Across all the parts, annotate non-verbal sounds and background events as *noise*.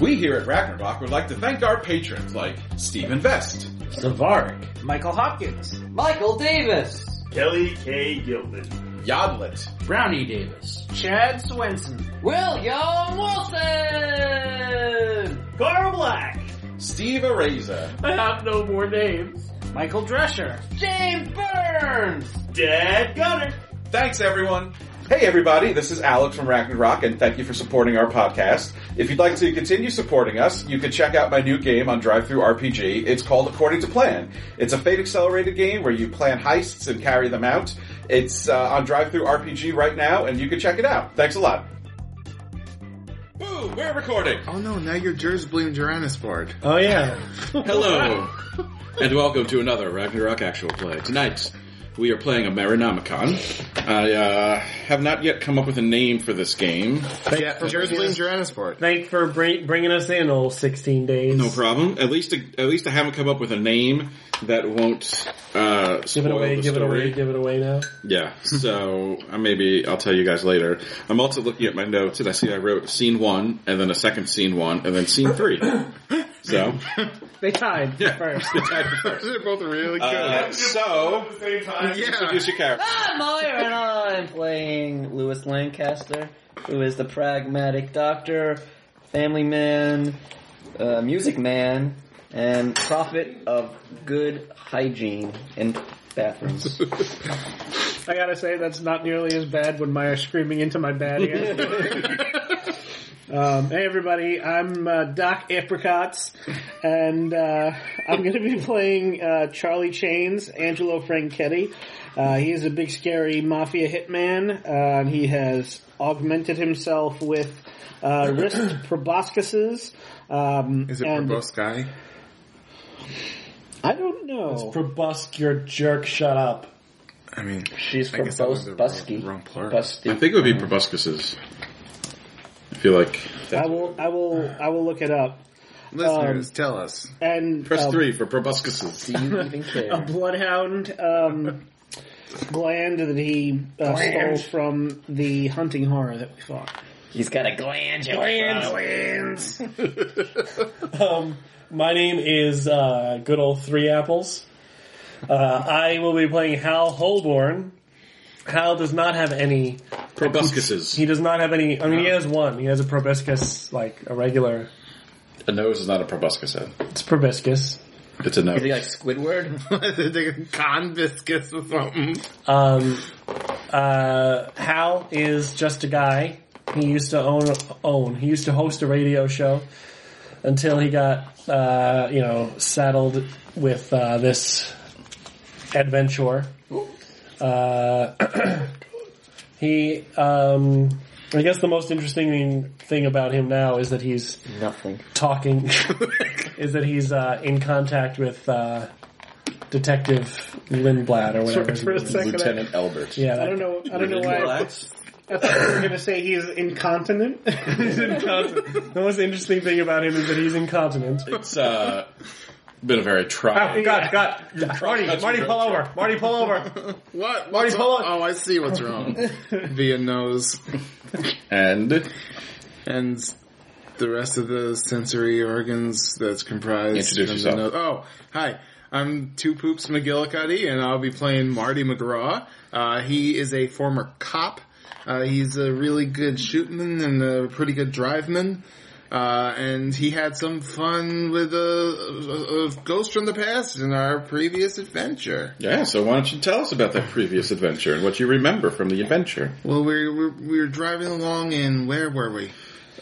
We here at Ragnarok would like to thank our patrons like Steven Vest, Savaric, Michael Hopkins, Michael Davis. Kelly K. Gilman. Yodlet, Brownie Davis, Chad Swenson, William Wilson! Carl Black. Steve Areza, I have no more names. Michael Drescher, James Burns! Dad Gunner. Thanks, everyone. Hey, everybody, this is Alex from Rack and Rock, and thank you for supporting our podcast. If you'd like to continue supporting us, you can check out my new game on Drive Through RPG. It's called According to Plan. It's a fate accelerated game where you plan heists and carry them out. It's uh, on Drive Through RPG right now, and you can check it out. Thanks a lot. Boo! We're recording. Oh no, now you're Jers Bloom Geranisport. Oh yeah. *laughs* Hello, *laughs* and welcome to another Ragnarok actual play. Tonight, we are playing a Marinomicon. I uh, have not yet come up with a name for this game. Yeah, Jers Bloom Geranisport. Thanks for bring, bringing us in, old 16 days. No problem. At least, at least I haven't come up with a name that won't uh, Give it spoil away, the give it story. away, give it away now. *laughs* Yeah. So uh, maybe I'll tell you guys later. I'm also looking at my notes, and I see I wrote scene one, and then a second scene one, and then scene three. *coughs* So *laughs* They tied first. *laughs* They're both really good. uh, so yeah. introduce your character. I'm Meyer and I'm playing Lewis Lancaster, who is the pragmatic doctor, family man, uh, music man, and prophet of good hygiene in *laughs* bathrooms. I gotta say, that's not nearly as bad when Maya's screaming into my bad ear. *laughs* um, hey everybody, I'm uh, Doc Apricots, and uh, I'm gonna be playing uh, Charlie Chains, Angelo Franchetti. Uh, he is a big scary mafia hitman, uh, and he has augmented himself with uh, *clears throat* wrist proboscises. Um, Is it and- Probos guy? I don't know. Probusk, your jerk, shut up. I mean, She's I from guess that was Bos- the Busky. wrong plural. Busty. I think it would be proboscises. I feel like I will. I will. I will look it up. Listeners, tell *laughs* us. And press um, three for proboscises. Do you *laughs* even a care? bloodhound um, gland that he uh, stole from the hunting horror that we fought. He's got a glandular. Um, my name is uh, good old Three Apples. Uh, I will be playing Hal Holborn. Hal does not have any. Proboscises. He does not have any. I mean, he has one. He has a proboscis, like a regular. A nose is not a proboscis head. It's proboscis. It's a nose. Is he like Squidward? *laughs* Con biscuits or something. Um, uh, Hal is just a guy. He used to own own. He used to host a radio show until he got uh, you know saddled with uh, this adventure. Uh, *clears throat* he, um, I guess, the most interesting thing about him now is that he's Nothing. talking *laughs* is that he's uh, in contact with uh, Detective Lindblad or whatever. his For a name is. second, Lieutenant Albert. Yeah, I, I don't know. I don't know why. I thought you were going to say he's incontinent. he's incontinent. *laughs* The most interesting thing about him is that he's *laughs* incontinent. It's uh, been a very trying. God, God, Marty, Marty, pull over, Marty, pull over. What? Marty, What's pull wrong? up. Oh, I see what's wrong. Via nose And uh, and the rest of the sensory organs that's comprised. Introduce of the yourself. nose. Oh, hi. I'm Two Poops McGillicuddy, and I'll be playing Marty McGraw. Uh, he is a former cop. Uh, he's a really good shootman and a pretty good driveman. Uh, and he had some fun with uh, a, a, a ghost from the past in our previous adventure. yeah, so why don't you tell us about that previous adventure and what you remember from the adventure? Well, we were, we were driving along, and where were we?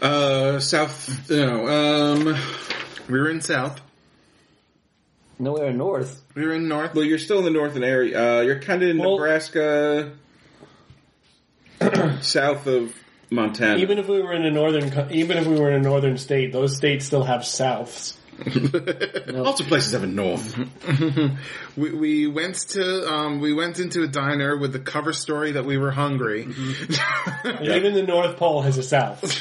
Uh, South. No. Um. We were in South. Nowhere north. We were in North. Well, you're still in the northern area. Uh, you're kind of in Well- Nebraska, *coughs* south of Montana. Even if we were in a northern, co- even if we were in a northern state, those states still have souths. Lots of places have a north. we, we went to um, we went into a diner with the cover story that we were hungry, And Even the North Pole has a south.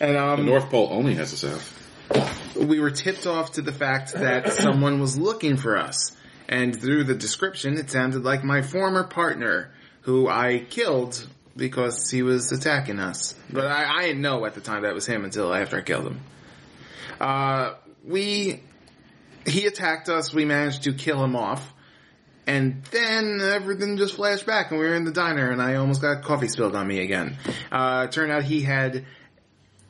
and The um, North Pole only has a south. we were tipped off to the fact that someone was looking for us. And through the description, it sounded like my former partner, who I killed because he was attacking us. But I, I didn't know at the time that was him until after I killed him. Uh, we he attacked us. We managed to kill him off, and then everything just flashed back, and we were in the diner, and I almost got coffee spilled on me again. Uh, turned out he had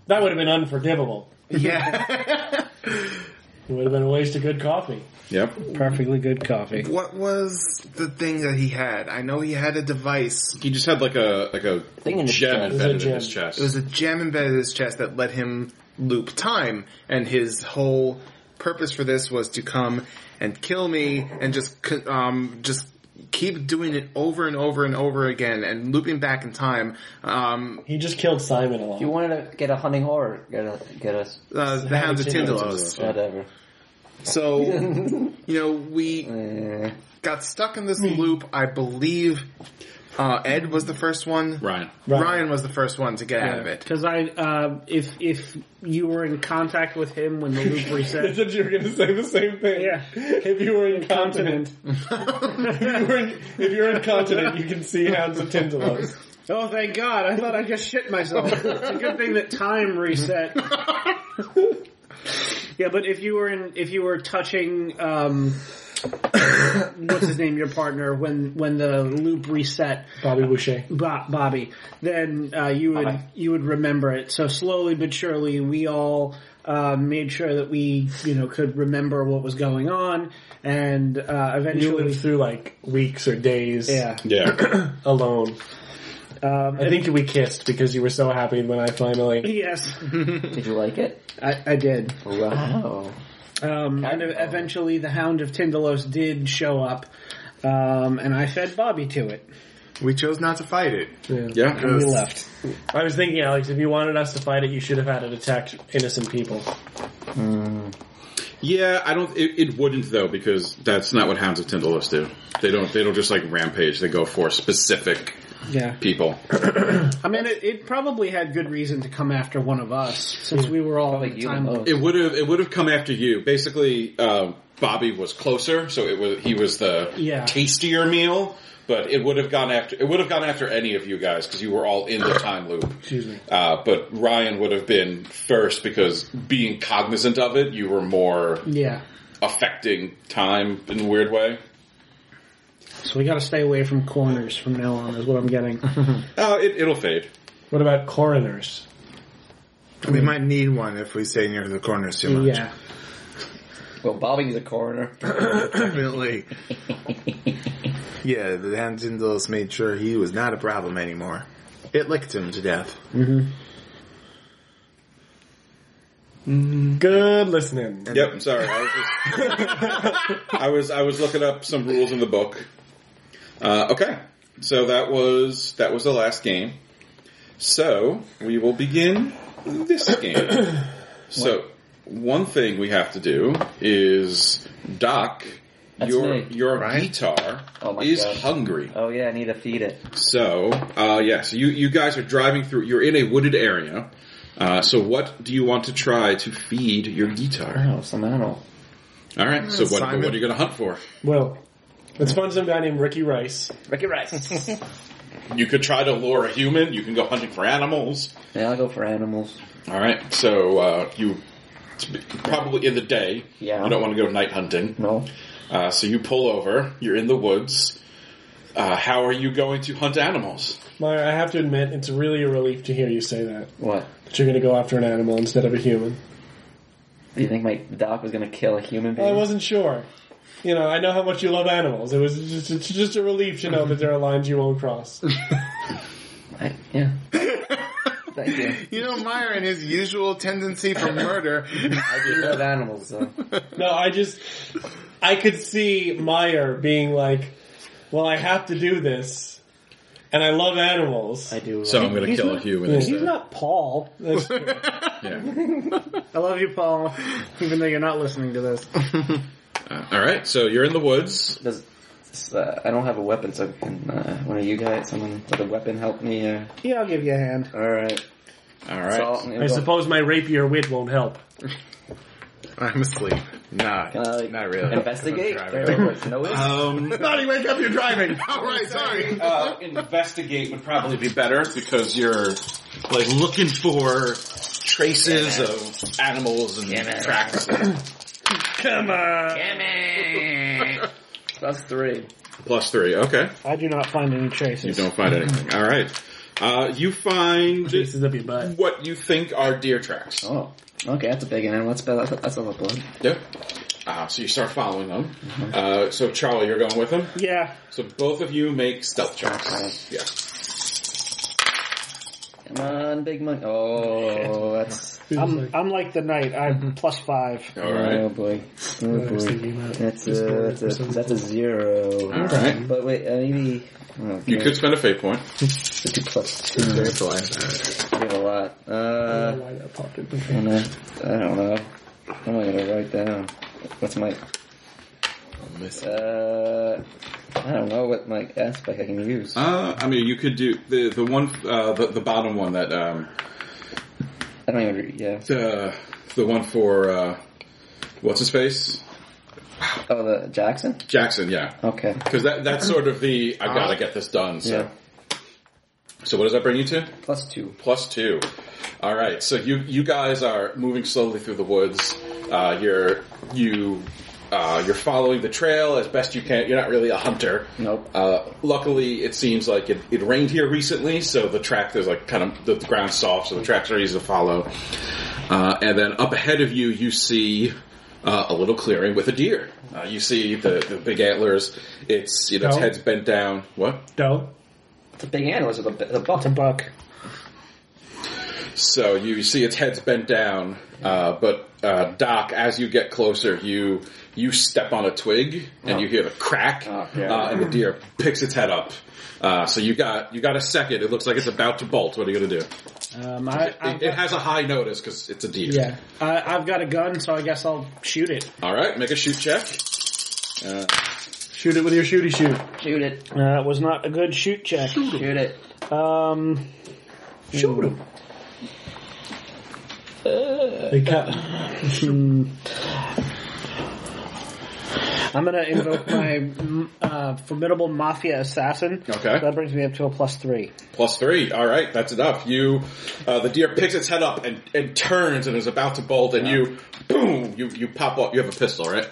That would have been unforgivable. yeah. It would have been a waste of good coffee. Yep. Perfectly good coffee. what was the thing that he had? I know he had a device. He just had like a like a Thing in his gem chest. embedded It in was his a chest. It was a gem embedded in his chest that let him loop time, and his whole purpose for this was to come and kill me and just c- um just keep doing it over and over and over again and looping back in time. Um, He just killed Simon a lot. *laughs* You wanted to get a hunting horror, get a get us uh, the Hound of Tindalos. whatever. So, you know, we Eh. got stuck in this loop. I believe uh, Ed was the first one. Ryan. Ryan. Ryan was the first one to get out of *laughs* it. Because I, uh, if if you were in contact with him when the loop reset, you were going to say the same thing. Yeah. If you were incontinent, *laughs* if, you were in, if you're incontinent, you can see hounds of Tindalos. oh thank God! I thought I just shit myself. it's a good thing that time reset. yeah, but if you were in, if you were touching, um, what's his name, your partner, when when the loop reset, Bobby Boucher. Bo- Bobby, then uh, you would you would remember it. So slowly but surely, we all uh, made sure that we you know could remember what was going on, and uh, You eventually, lived through like weeks or days yeah. Yeah. alone. Um, I think we kissed because you were so happy when I finally. yes, Did you like it? I, I did. Wow. Um, and eventually, the Hound of Tindalos did show up. Um, and I fed Bobby to it. We chose not to fight it. *coughs* Yeah. And we left. I was thinking, Alex, if you wanted us to fight it, you should have had it attack innocent people. Yeah, I don't. It, it wouldn't though, because that's not what hounds of Tindalus do. They don't. They don't just like rampage. They go for specific Yeah. people. I mean, it, it probably had good reason to come after one of us, since we were all in the you time the loop. most. It would have. It would have come after you. Basically, uh, Bobby was closer, so it was. He was the Yeah. tastier meal. But it would have gone after. It would have gone after any of you guys because you were all in the time loop. Excuse me. Uh, but Ryan would have been first because being cognizant of it, you were more Yeah. affecting time in a weird way. So we got to stay away from corners from now on, is what I'm *laughs* getting. Oh, it, it'll fade. What about coroners? We might need one if we stay near the corners too much. yeah. Well, Bobby's a coroner. Definitely. yeah, the Hound Tindalus made sure he was not a problem anymore. It licked him to death. Good listening. Yep, I'm sorry. I was, just, *laughs* I was I was looking up some rules in the book. Uh, okay, so that was that was the last game. So we will begin this *coughs* game. So one thing we have to do is Doc, That's your me. your Right? guitar Oh my is God. hungry. Oh yeah, I need to feed it. So, uh, yes, you, you guys are driving through, you're in a wooded area. Uh, so what do you want to try to feed your guitar? Wow, some animal. All right, so what, Simon. what are you going to hunt for? Well, let's find some guy named Ricky Rice. Ricky Rice. You could try to lure a human, you can go hunting for animals. yeah, I'll go for animals. All right, so uh, you it's probably in the day. Yeah. You don't want to go night hunting. No. Uh, so you pull over, you're in the woods. Uh, how are you going to hunt animals? Meyer, I have to admit, it's really a relief to hear you say that. What? That you're going to go after an animal instead of a human. Do you think my doc was gonna kill a human being? I wasn't sure. You know, I know how much you love animals. It was just, it's just a relief to know that there are lines you won't cross. I- yeah. *laughs* Thank you. You know, Meyer and his usual tendency for murder. I do love animals, though. No, I just, I could see Meyer being like, well, I have to do this, and I love animals. I do. So love- I'm going to kill a human. He's instead. not Paul. *laughs* That's true. *laughs* Yeah. I love you, Paul, *laughs* even though you're not listening to this. Uh, all right, so you're in the woods. Does, does, uh, I don't have a weapon, so can uh, one of you guys, someone with a weapon, help me? Uh, Yeah, I'll give you a hand. all right. All right. So I'll- I'm I gonna go- suppose my rapier wit won't help. I'm asleep. Nah, Can I, Uh, like, *laughs* not really. Investigate. I'm There driving. it was. No issue. *laughs* Um, Bonnie, wake up! You're driving. All right, sorry. uh, investigate would probably be better because you're like looking for traces of animals and tracks. Come on. Plus three. Plus three. Okay, I do not find any you traces. don't find anything. All right, uh, you find Pieces of your butt. what you think are deer tracks. Oh, okay, that's a big animal. That's, that's, that's a lot of blood. Yep. Uh, so you start following them. Uh, so Charlie, you're going with them. Yeah. So both of you make stealth checks. Yeah. Come on, big monkey. Oh, that's. I'm, I'm like Mm-hmm. the knight. I'm plus five. *laughs* All right. Oh boy. Oh I was boy. thinking that. That's a, that's a, that's a zero. All right. But wait, uh, maybe. Okay. You could spend a fate point. Two plus two. We have a lot. Uh, Why that popped in. I don't know. I don't know. What am I gonna write down? What's my? Uh, I don't know what my aspect I can use. Uh, I mean, you could do the the one uh, the the bottom one that um I don't even. Read, yeah. the the one for uh, what's his face Oh, the Jackson. Jackson. Yeah, Okay. because that that's sort of the I gotta get this done. So Yeah. so what does that bring you to? Plus two. Plus two. All right. So you you guys are moving slowly through the woods. Uh, you're you. Uh, you're following the trail as best you can. You're not really a hunter. Nope. Uh, luckily, it seems like it, it rained here recently, so the track there's like kind of the ground's soft, so the tracks are easy to follow. Uh, and then up ahead of you, you see uh, a little clearing with a deer. Uh, you see the, the big antlers. It's you know its No. head's bent down. What? No. It's a big animal. It's a, it's a buck. It's a buck. So you see its head's bent down, uh, but uh, Doc, as you get closer, you you step on a twig and you hear the crack, Oh, yeah. uh, and the deer picks its head up. Uh, so you got you got a second. It looks like it's about to bolt. What are you gonna do? Um, I, It, I've it got, has a high notice because it's a deer. yeah. I, I've got a gun, so I guess I'll shoot it. All right, make a shoot check. Uh, Shoot it with your shooty shoot. Shoot it. Uh, it was not a good shoot check. Shoot it. Um, Shoot him. They cut. Uh, hmm. I'm gonna invoke my mm, uh, formidable mafia assassin. Okay. That brings me up to a plus three. plus three. All right, that's enough. You, uh, the deer picks its head up and, and turns and is about to bolt, and you, boom, you you pop off. You have a pistol, right?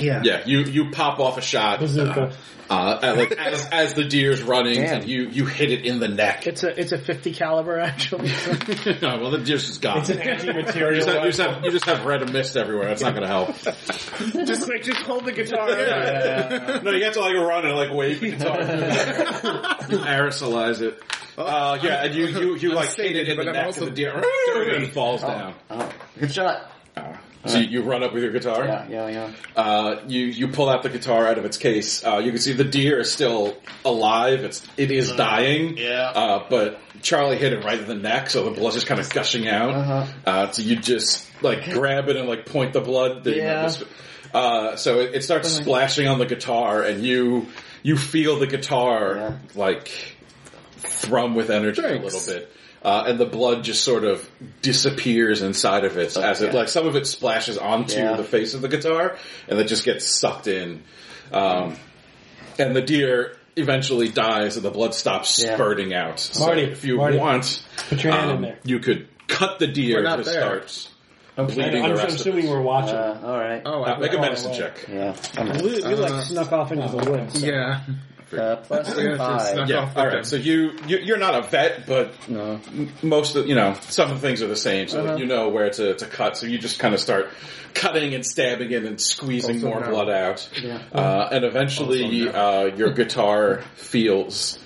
Yeah. Yeah, you you pop off a shot uh, Bazooka. uh, and, like, as, as the deer's running, and you you hit it in the neck. *laughs* It's a it's a fifty caliber *laughs* actually. no, well, the deer's just gone. It's an you, anti-material. just have, you, just have, you just have red mist everywhere. It's not going to *laughs* help. just like just hold the guitar. no, you have to like run and like wave the guitar. *laughs* You aerosolize it. Uh, yeah, and you you, you like hit it sated, in the but I'm neck, also and the deer dirty. and *laughs* falls down. Oh, good shot. So you, you run up with your guitar. Yeah, yeah, yeah. Uh, you you pull out the guitar out of its case. Uh, you can see the deer is still alive. It's it is Uh-huh. dying. yeah. Uh, but Charlie hit it right in the neck, so the blood's just kind of gushing out. Uh-huh. Uh, so you just like grab it and like point the blood. that- Yeah. this- uh, so it, it starts splashing on the guitar, and you you feel the guitar Yeah. like thrum with energy a little bit. Uh, and the blood just sort of disappears inside of it as it Okay. like some of it splashes onto Yeah. the face of the guitar and it just gets sucked in. Um, and the deer eventually dies and the blood stops Yeah. spurting out. So Marty, if you Marty, want, *laughs* Put your hand in um, there. you could cut the deer We're not to there. start I bleeding know, I'm the I'm rest of assuming it. we're watching. Uh, all right. Oh, Uh, I make a Oh, medicine oh. check. Yeah. I'm You, you Uh, like snuck off into the woods. yeah. uh, plus Yeah, it's five. not- Yeah, Off with all right. them. So you, you you're not a vet, but No. m- most of you know some of the things are the same, so you know where to, to cut. So you just kind of start cutting and stabbing it and squeezing Also more no. blood out, uh, and eventually uh, your guitar feels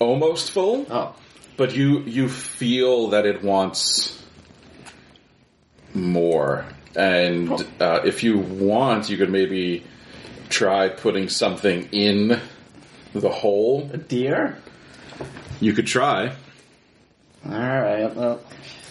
almost full, Oh. but you you feel that it wants more. And uh, if you want, you could maybe try putting something in the hole. A deer? You could try. All right. Well,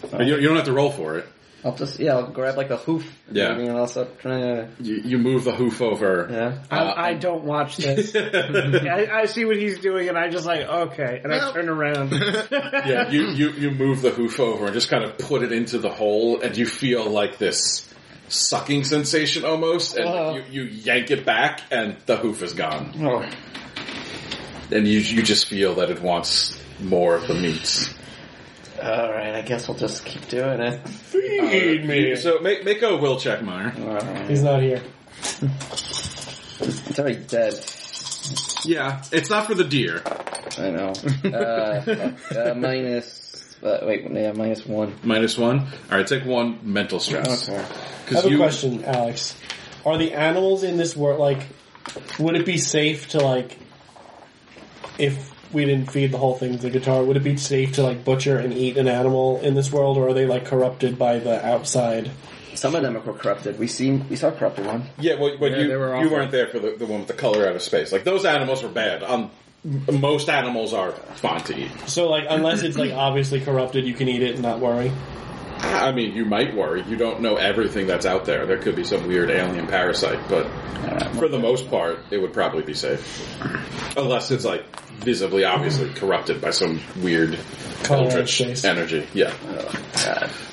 You don't- you don't have to roll for it. I'll just yeah, I'll grab like the hoof. and Yeah. Maybe, and I'll start trying to You, you move the hoof over. yeah. I, I don't watch *laughs* this. I, I see what he's doing, and I just like okay, and I turn *laughs* around. Uh, Yeah, you, you, you move the hoof over and just kind of put it into the hole, and you feel like this sucking sensation almost, and Uh-huh. Wow. you, you yank it back, and the hoof is gone. Oh. And you, you just feel that it wants more of the meat. all right, I guess we'll just keep doing it. Feed me. So make make a will check, Meyer. All right. He's not here. I tell you, he's dead. Yeah, it's not for the deer. I know. Uh, uh, minus. Uh, wait, yeah, minus one. Minus one. All right, take one mental stress. Okay. I have you, a question, Alex. Are the animals in this world like? Would it be safe to like? If we didn't feed the whole thing to the guitar, would it be safe to like butcher and eat an animal in this world, or are they like corrupted by the outside? Some of them were corrupted. We seen we saw a corrupted one. Yeah, well, but Yeah, you they were you awful. weren't there for the, the one with the color out of space. Like those animals were bad. Um, m- most animals are fine to eat. So like, unless it's like obviously corrupted, you can eat it and not worry. I mean, you might worry. You don't know everything that's out there. There could be some weird alien parasite, but for the most part, it would probably be safe, unless it's like visibly, obviously corrupted by some weird Color out of eldritch space. energy. Yeah.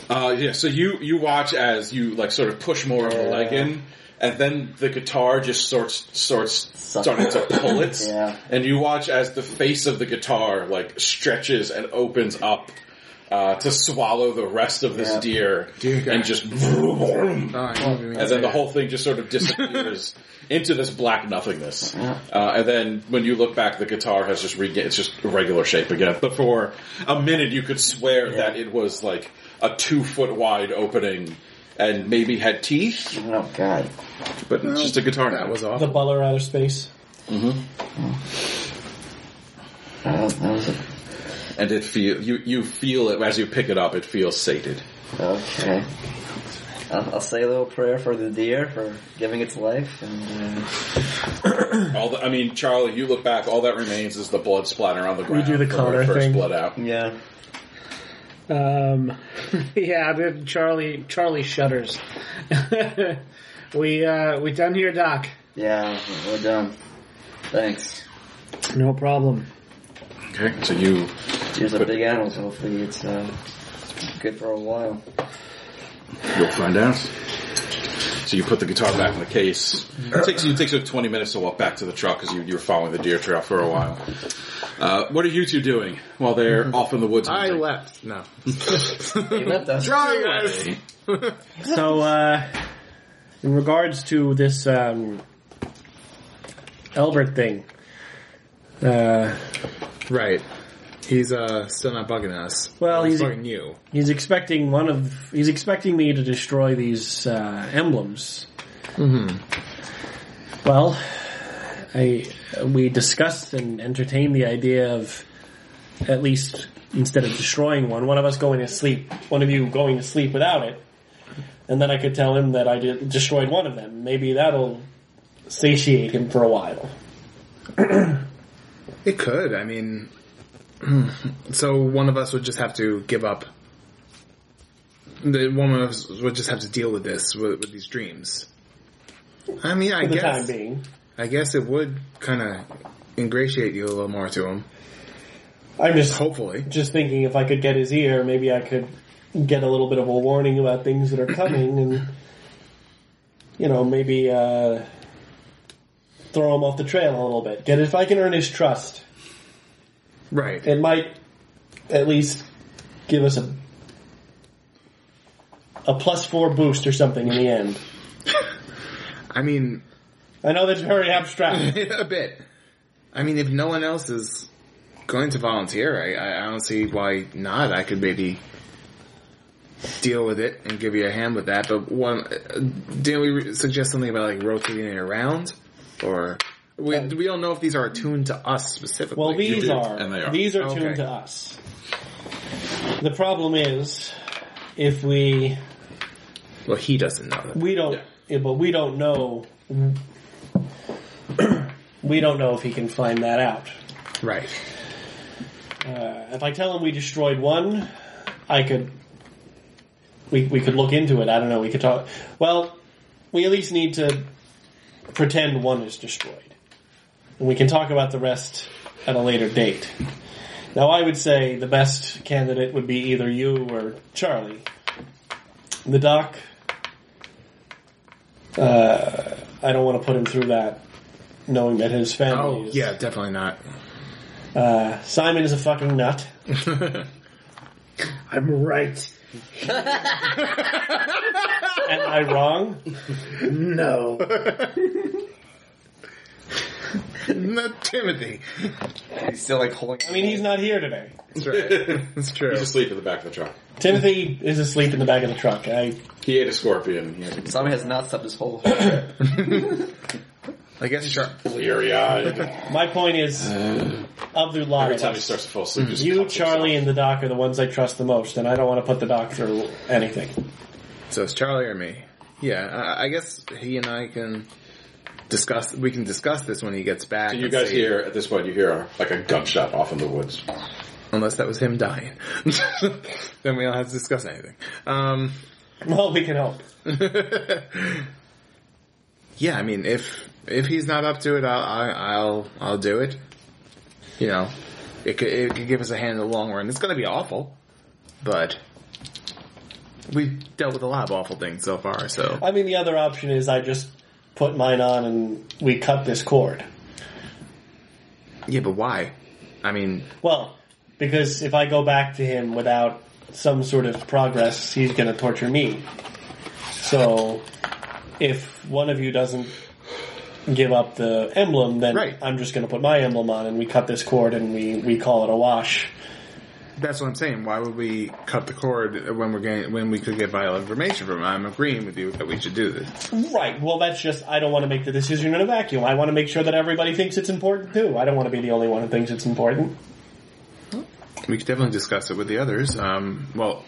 Uh, yeah. So you you watch as you like sort of push more of the leg in, and then the guitar just sorts sorts starting to pull it. Yeah. And you watch as the face of the guitar like stretches and opens up. Uh, to swallow the rest of this Yeah. deer Dear God. and just vroom, vroom. Oh, I didn't even and say then the it. whole thing just sort of disappears into this black nothingness. Yeah. Uh, and then when you look back, the guitar has just regained, it's just a regular shape again. But for a minute, you could swear that it was like a two foot wide opening and maybe had teeth, Oh god. but it's just a guitar now. That was The awful. butler out of space. That was, that was a, and it feel, you, you feel it as you pick it up, it feels sated. okay. I'll, I'll say a little prayer for the deer for giving its life, and uh, All the, I mean, Charlie, you look back, all that remains is the blood splatter on the ground. do the from when it color first thing. blood out. yeah. Um, *laughs* yeah, the- Charlie. Charlie shudders. *laughs* we uh, we done here, Doc. Yeah, we're done. Thanks. No problem. Okay, so you Here's a big animal, so hopefully it's uh, good for a while. You'll find out. So you put the guitar back in the case. It takes you it takes you 20 minutes to walk back to the truck because you, you were following the deer trail for a while. Uh, what are you two doing while they're off in the woods? I hunting? left. No. You left us. Drawing us. So, uh, in regards to this um, Elbert thing, uh, Right. He's uh still not bugging us. Well, he's- bugging you. he's expecting one of he's expecting me to destroy these uh, emblems. Mm-hmm. Well, I we discussed and entertained the idea of at least instead of destroying one, one of us going to sleep, one of you going to sleep without it, and then I could tell him that I did, destroyed one of them. Maybe that'll satiate him for a while. It could. I mean, *clears throat* so one of us would just have to give up. The one of us would just have to deal with this with, with these dreams. I mean, I For the time guess being, I guess it would kind of ingratiate you a little more to him. I'm just Hopefully, just thinking if I could get his ear, maybe I could get a little bit of a warning about things that are coming, and you know, maybe uh, throw him off the trail a little bit. Get if I can earn his trust, right? it might at least give us a a plus four boost or something in the end. I mean, I know that's very abstract. *laughs* a bit. I mean, if no one else is going to volunteer, I, I I don't see why not. I could maybe deal with it and give you a hand with that. But one, uh, didn't we re- suggest something about like rotating it around, or we we don't know if these are attuned to us specifically. Well, You these do, are, and they are. these are Okay. tuned to us. The problem is if we well, he doesn't know that. we don't Yeah. yeah, but we don't know *clears throat* we don't know if he can find that out Right. uh, if i tell him we destroyed one i could we, we could look into it i don't know we could talk well we at least need to pretend one is destroyed and we can talk about the rest at a later date now i would say the best candidate would be either you or charlie the doc uh, i don't want to put him through that knowing that his family Oh, is yeah, definitely not. uh, simon is a fucking nut I I'm right. Am I wrong? No. *laughs* Not Timothy. *laughs* He's still like holding. I mean, he's not here today. *laughs* That's right. That's true. He's *laughs* asleep in the back of the truck. Timothy is asleep in the back of the truck. I He ate a scorpion. He was Zombie has not stopped his whole. I guess sure. bleary eyed. My point is, of the lot Uh, Every of time he us, starts to fall asleep, he just you, cuffs himself. Charlie, and the doc are the ones I trust the most, and I don't want to put the doc through anything. *laughs* So it's Charlie or me. Yeah, I I guess he and I can discuss. We can discuss this when he gets back. So you and guys see- hear at this point you hear like a gunshot off in the woods. unless that was him dying, *laughs* then we don't have to discuss anything. Um, *laughs* Well, we can hope. yeah, I mean, if if he's not up to it, I'll I, I'll I'll do it. You know, it could it could give us a hand in the long run. It's going to be awful, but we've dealt with a lot of awful things so far. So I mean, the other option is I just put mine on and we cut this cord. yeah, but why? I mean, Well, because if I go back to him without some sort of progress, he's going to torture me. So, if one of you doesn't give up the emblem, then Right. I'm just going to put my emblem on and we cut this cord and we, we call it a wash. That's what I'm saying. Why would we cut the cord when we're getting, when we could get vital information from him? I'm agreeing with you that we should do this. Right. Well, that's just I don't want to make the decision in a vacuum. I want to make sure that everybody thinks it's important too. I don't want to be the only one who thinks it's important. We could definitely discuss it with the others. Um, well,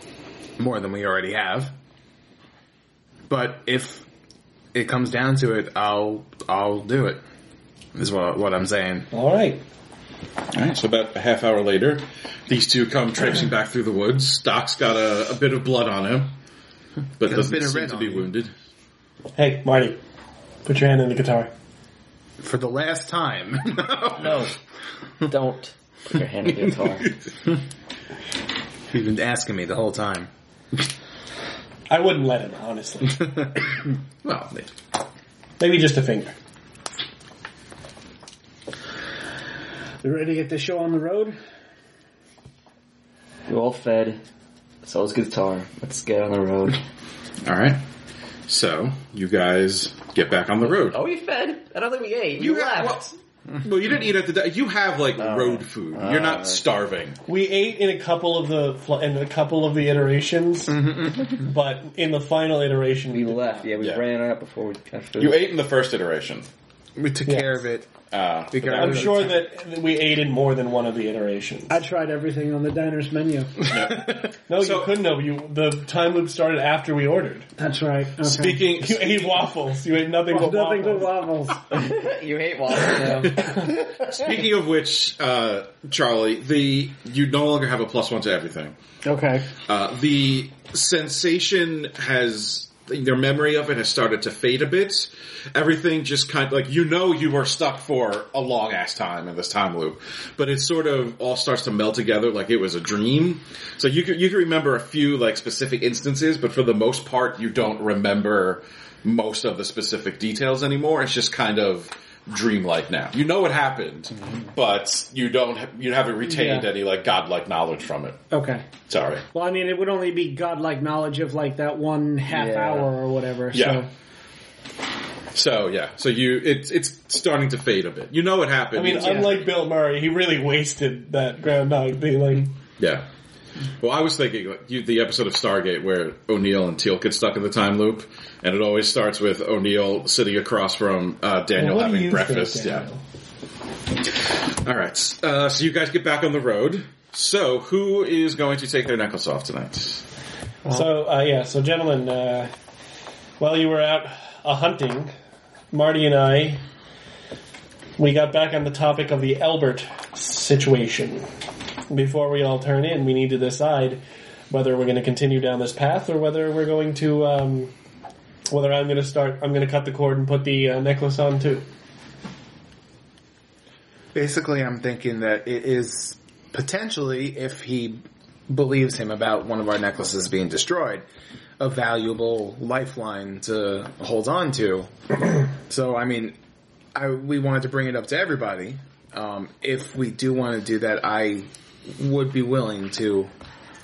more than we already have. But if it comes down to it, I'll I'll do it. Is what what I'm saying. All right. All right, so about a half hour later, these two come traipsing back through the woods. Doc's got a, a bit of blood on him, but Got a doesn't bit of seem red to on be him. wounded. Hey, Marty, put your hand in the guitar. For the last time. *laughs* No, don't put your hand in the guitar. You've been asking me the whole time. I wouldn't let him, honestly. Well, Maybe just a finger. You ready to get this show on the road? We're all fed. So is guitar. Let's get on the road. All right, so you guys get back on the road. Oh, Are we Oh, fed? I don't think we ate. You have- Well, well, you didn't eat at the. You have like road food. You're not starving. We ate in a couple of the fl- in a couple of the iterations, Mm-hmm, but in the final iteration, we left. Yeah, we Yeah. ran out before we got food. You ate in the first iteration. we took care of it. Uh, We got I'm rid of sure that we ate in more than one of the iterations. I tried everything on the diner's menu. no, So- you couldn't have. You the time loop started after we ordered. *laughs* That's right. Okay. Speaking, *laughs* You ate waffles. You ate nothing but Nothing but waffles. waffles. you hate water now. speaking of which, uh, Charlie, the you no longer have a plus one to everything. okay. Uh, the sensation has their memory of it has started to fade a bit. Everything just kind of like you know you were stuck for a long ass time in this time loop, but it sort of all starts to meld together like it was a dream. So you can, you can remember a few like specific instances, but for the most part you don't remember most of the specific details anymore. It's just kind of dreamlike now. You know what happened, but you don't ha- you haven't retained Yeah. any like godlike knowledge from it. Okay. Sorry. Well, I mean, it would only be godlike knowledge of like that one half Yeah. hour or whatever. Yeah. So yeah, so you it's it's starting to fade a bit. You know what happened. I mean, It's- unlike Bill Murray, he really wasted that groundhog feeling. yeah. Well, I was thinking like, you, the episode of Stargate where O'Neill and Teal get stuck in the time loop, and it always starts with O'Neill sitting across from uh, Daniel What do having you breakfast. think, Daniel? yeah. All right. Uh, so you guys get back on the road. So who is going to take their necklace off tonight? So uh, yeah, so gentlemen, uh, while you were out uh, hunting, Marty and I, we got back on the topic of the Albert situation. Before we all turn in, we need to decide whether we're going to continue down this path or whether we're going to um, whether I'm going to start. I'm going to cut the cord and put the uh, necklace on too. Basically, I'm thinking that it is potentially, if he believes him about one of our necklaces being destroyed, a valuable lifeline to hold on to. *clears throat* so, I mean, I, we wanted to bring it up to everybody. Um, if we do want to do that, I would be willing to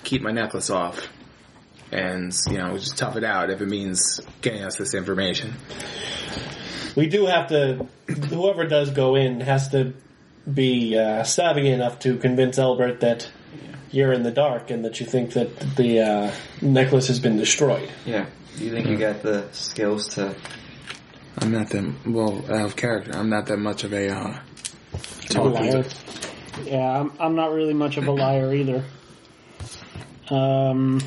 keep my necklace off. And, you know, just tough it out if it means getting us this information. We do have to. Whoever does go in has to be uh, savvy enough to convince Albert that you're in the dark and that you think that the uh, necklace has been destroyed. Yeah. Do you think you got the skills to? I'm not that, well, out of character. I'm not that much of a, uh, talker. Liar. Yeah, I'm, I'm not really much of a liar either. Um,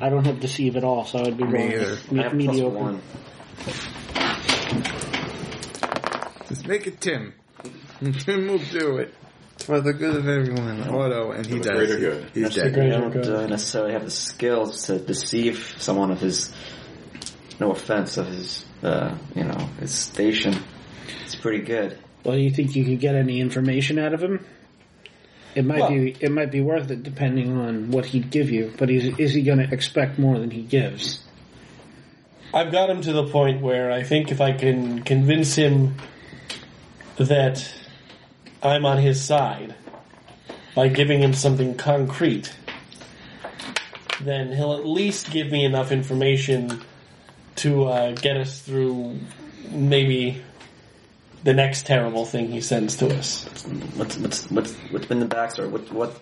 I don't have deceive at all, so I'd be rolling either. me- I have plus mediocre. one. Just make it Tim. *laughs* Tim will do it. For the good of everyone. Auto, and For he the does. greater good. He's the dead. great- I don't Okay. uh, necessarily have the skills to deceive someone of his. No offense of his, uh, you know, his station. It's pretty good. Well, do you think you could get any information out of him? It might Well- be it might be worth it depending on what he'd give you, but is, is he going to expect more than he gives? I've got him to the point where I think if I can convince him that I'm on his side by giving him something concrete, then he'll at least give me enough information to uh, get us through maybe the next terrible thing he sends to us. What's what's what's what's been the backstory? What what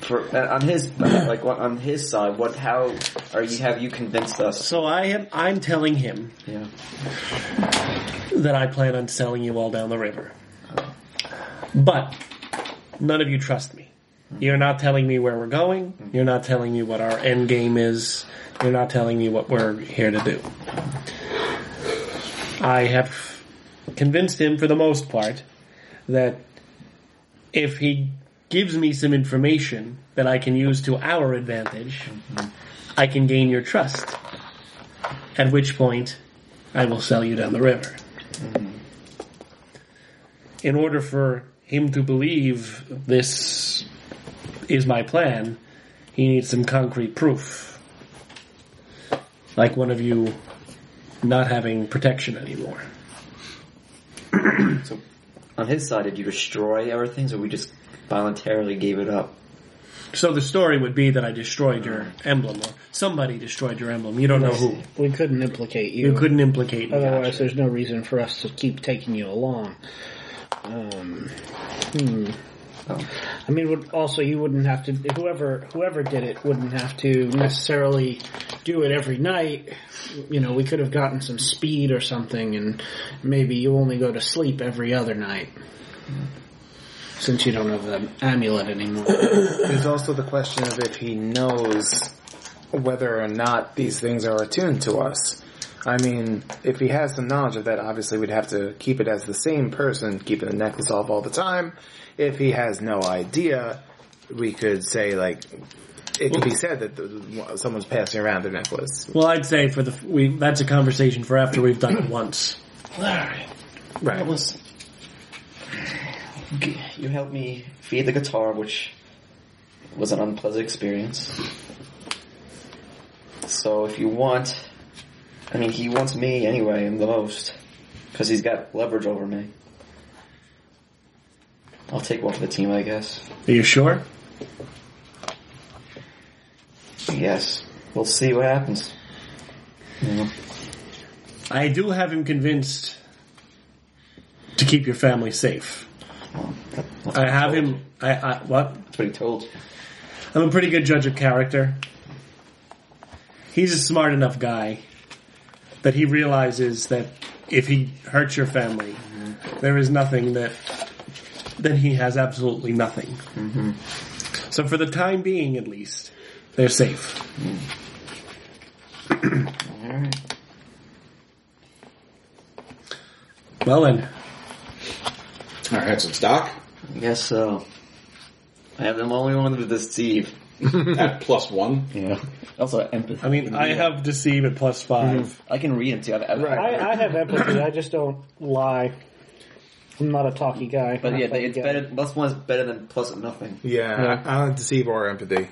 for uh, on his *coughs* like what, on his side? What how are you? Have you convinced us? So I am I'm telling him Yeah. that I plan on selling you all down the river. But none of you trust me. You're not telling me where we're going. You're not telling me what our end game is. You're not telling me what we're here to do. I have convinced him for the most part that if he gives me some information that I can use to our advantage, I can gain your trust. At which point, I will sell you down the river. In order for him to believe this is my plan, he needs some concrete proof. Like one of you not having protection anymore. On his side, did you destroy our things, or we just voluntarily gave it up? So the story would be that I destroyed your emblem, or somebody destroyed your emblem. You don't know who. We couldn't implicate you. You couldn't implicate me. Otherwise, Gotcha. there's no reason for us to keep taking you along. Um, hmm. Oh. I mean, would, also you wouldn't have to. Whoever whoever did it wouldn't have to necessarily do it every night. You know, we could have gotten some speed or something, and maybe you only go to sleep every other night. Since you don't have the amulet anymore, There's also the question of if he knows whether or not these things are attuned to us. I mean, if he has some knowledge of that, obviously we'd have to keep it as the same person, keeping the necklace off all the time. If he has no idea, we could say like, it could be said that the, someone's passing around the necklace. Well, I'd say for the we that's a conversation for after we've done it once. Right. You helped me feed the guitar, which was an unpleasant experience. So if you want, I mean, he wants me anyway, and the most, because he's got leverage over me. I'll take one for the team, I guess. Are you sure? Yes, we'll see what happens. You know, I do have him convinced to keep your family safe. I have him. I, I what? that's what he told. you. I'm a pretty good judge of character. He's a smart enough guy that he realizes that if he hurts your family, there is nothing that then he has absolutely nothing. So for the time being, at least, they're safe. *clears throat* Well then, All right, some stock I guess so. I am the only one to deceive. at plus one. Yeah. Also, empathy. I mean, I have deceive at plus five. I can read him too. I've, I've, I, I have empathy. I just don't lie. I'm not a talky guy. But yeah, I play it's the game. better. Plus one is better than plus nothing. Yeah, I don't deceive or empathy.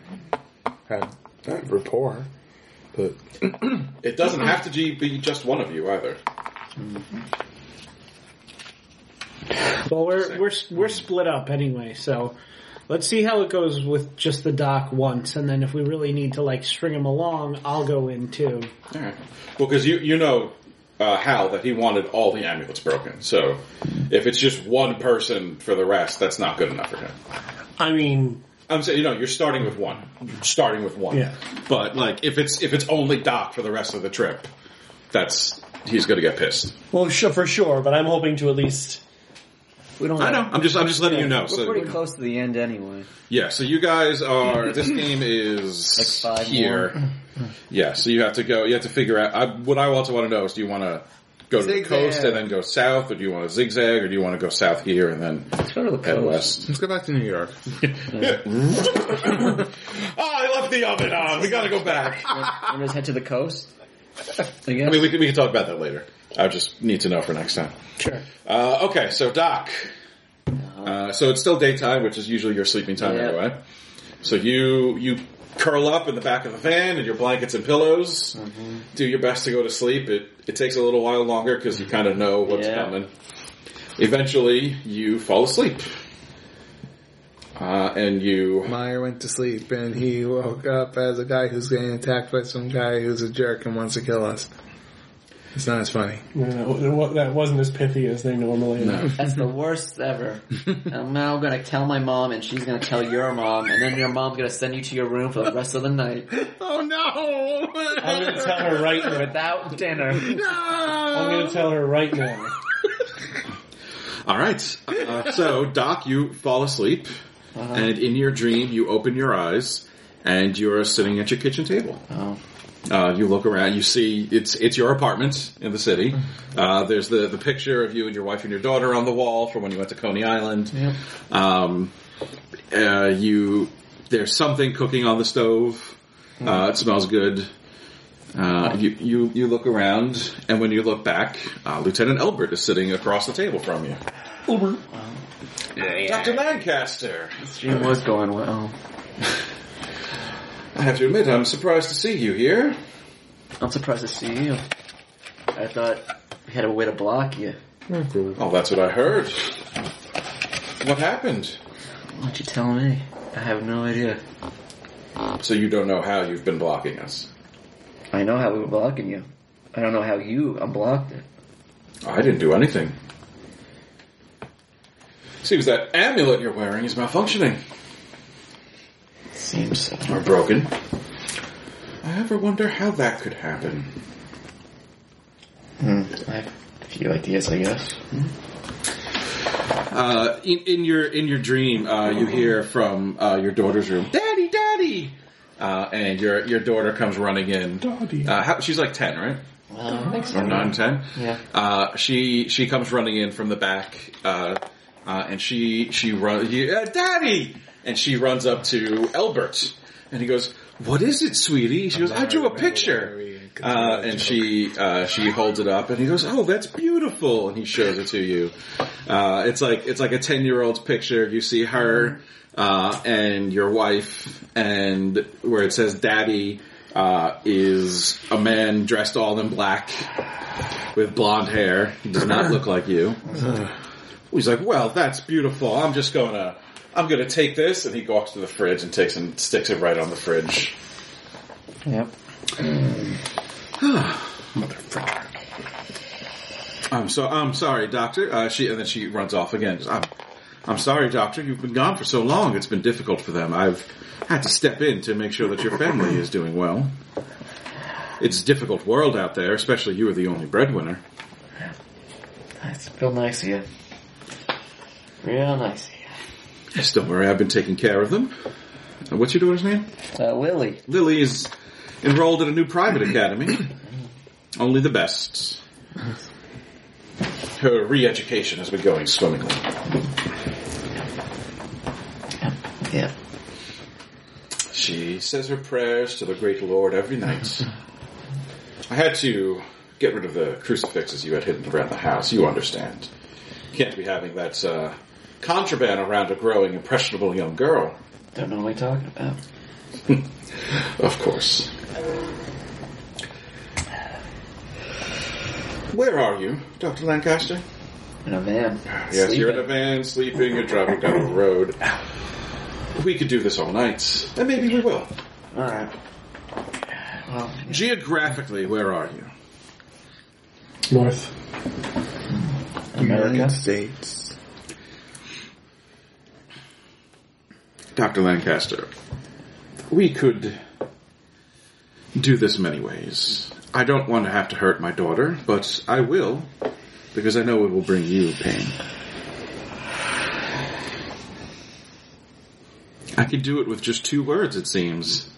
Have, have rapport, but It doesn't have to g- be just one of you either. Well, we're we're we're split up anyway, so Let's see how it goes with just the doc once, and then if we really need to like string him along, I'll go in too. All right. Well, because you you know uh, Hal that he wanted all the amulets broken. So if it's just one person for the rest, that's not good enough for him. I mean, I'm saying you know you're starting with one, You're starting with one. Yeah. But like if it's if it's only Doc for the rest of the trip, that's he's going to get pissed. well, sure, for sure, but I'm hoping to at least. We don't. I know. I'm just I'm just letting you know. We're So pretty close to the end anyway. yeah. So you guys are. This game is Like five here. Yeah. So you have to go. You have to figure out. I, what I also want to know is, do you want to go to the Zigzag. coast and then go south, or do you want to zigzag, or do you want to go south here and then Let's go to the head coast. west? Let's go back to New York. Oh, I left the oven on. We got to go back. Want to just head to *laughs* the coast? I I guess. mean, we can, we can talk about that later. I just need to know for next time. Sure. Uh, okay, so Doc. Uh, so it's still daytime, which is usually your sleeping time Yeah. anyway. So you you curl up in the back of the van and your blankets and pillows. Do your best to go to sleep. It it takes a little while longer because you kind of know what's Yeah. coming. Eventually, you fall asleep, uh, and you Meyer went to sleep and he woke up as a guy who's getting attacked by some guy who's a jerk and wants to kill us. It's not as funny. No, no, no, wa- that wasn't as pithy as they normally are. That's the *laughs* worst ever. I'm now gonna tell my mom, and she's gonna tell your mom, and then your mom's gonna send you to your room for the rest of the night Oh no! *laughs* I'm going to tell her right now. without dinner. I'm going to tell her right now. All right. Uh, so, Doc, you fall asleep, and in your dream, you open your eyes, and you are sitting at your kitchen table. Oh. Uh, you look around. You see it's it's your apartment in the city. Uh, there's the the picture of you and your wife and your daughter on the wall from when you went to Coney Island. Um, uh, you there's something cooking on the stove. Uh, it smells good. Uh, you, you you look around, and when you look back, uh, Lieutenant Elbert is sitting across the table from you. Dr. Lancaster, This dream was going well. I have to admit, I'm surprised to see you here. I'm surprised to see you. I thought we had a way to block you. Oh, that's what I heard. What happened? Why don't you tell me? I have no idea. So you don't know how you've been blocking us. I know how we were blocking you. I don't know how you unblocked it. I didn't do anything. Seems that amulet you're wearing is malfunctioning Seems so. or broken. I ever wonder how that could happen. Hmm. I have a few ideas, I guess. Uh, in, in your in your dream, uh, you hear from uh, your daughter's room, "Daddy, Daddy," uh, and your your daughter comes running in. Daddy. Uh, how, she's like ten, right? Well, thanks or nine ten. Yeah. Uh, she she comes running in from the back, uh, uh, and she she runs, uh, Daddy, and she runs up to Elbert, and he goes, "What is it, sweetie?" She goes, "I drew a picture." Uh, and she uh, she holds it up, and he goes, "Oh, that's beautiful!" And he shows it to you. Uh, it's like it's like a ten year old's picture. You see her uh, and your wife, and where it says "Daddy" uh, is a man dressed all in black with blonde hair. He does not look like you. He's like, well, that's beautiful. I'm just gonna, I'm gonna take this, and he walks to the fridge and takes and sticks it right on the fridge. Yep. Motherfucker. I'm Um, so, I'm sorry, doctor. Uh, she and then she runs off again. I'm, I'm sorry, doctor. You've been gone for so long. It's been difficult for them. I've had to step in to make sure that your family is doing well. It's a difficult world out there, especially you are the only breadwinner. That's real nice of you. Real nice of Yes, don't worry. I've been taking care of them. Uh, What's your daughter's name? you. Uh, Willie. Lily is enrolled at a new private academy. Only the best. Her re-education has been going swimmingly. Yeah. She says her prayers to the great Lord every night. I had to get rid of the crucifixes you had hidden around the house. You understand. Can't be having that uh, contraband around a growing impressionable young girl. Don't know what we're talking about. Of course. Where are you, Dr. Lancaster? In a van. Yes, you're in a van sleeping, you're driving down the road. We could do this all night, and maybe we will. All right. Geographically, where are you? North. America. States. Dr. Lancaster, we could do this many ways. I don't want to have to hurt my daughter, but I will, because I know it will bring you pain. I could do it with just two words, it seems.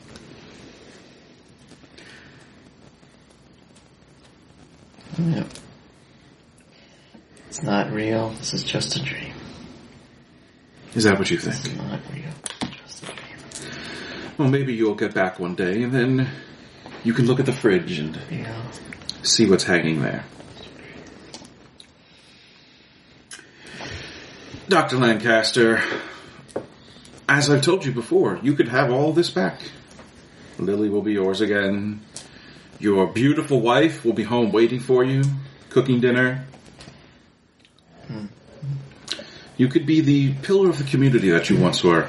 Yeah. It's not real. This is just a dream. Is that what you think? It's not real. It's Just a dream. Well, maybe you'll get back one day, and then you can look at the fridge and Yeah. see what's hanging there. Dr. Lancaster, as I've told you before, you could have all this back. Lily will be yours again. Your beautiful wife will be home waiting for you, cooking dinner. You could be the pillar of the community that you once were.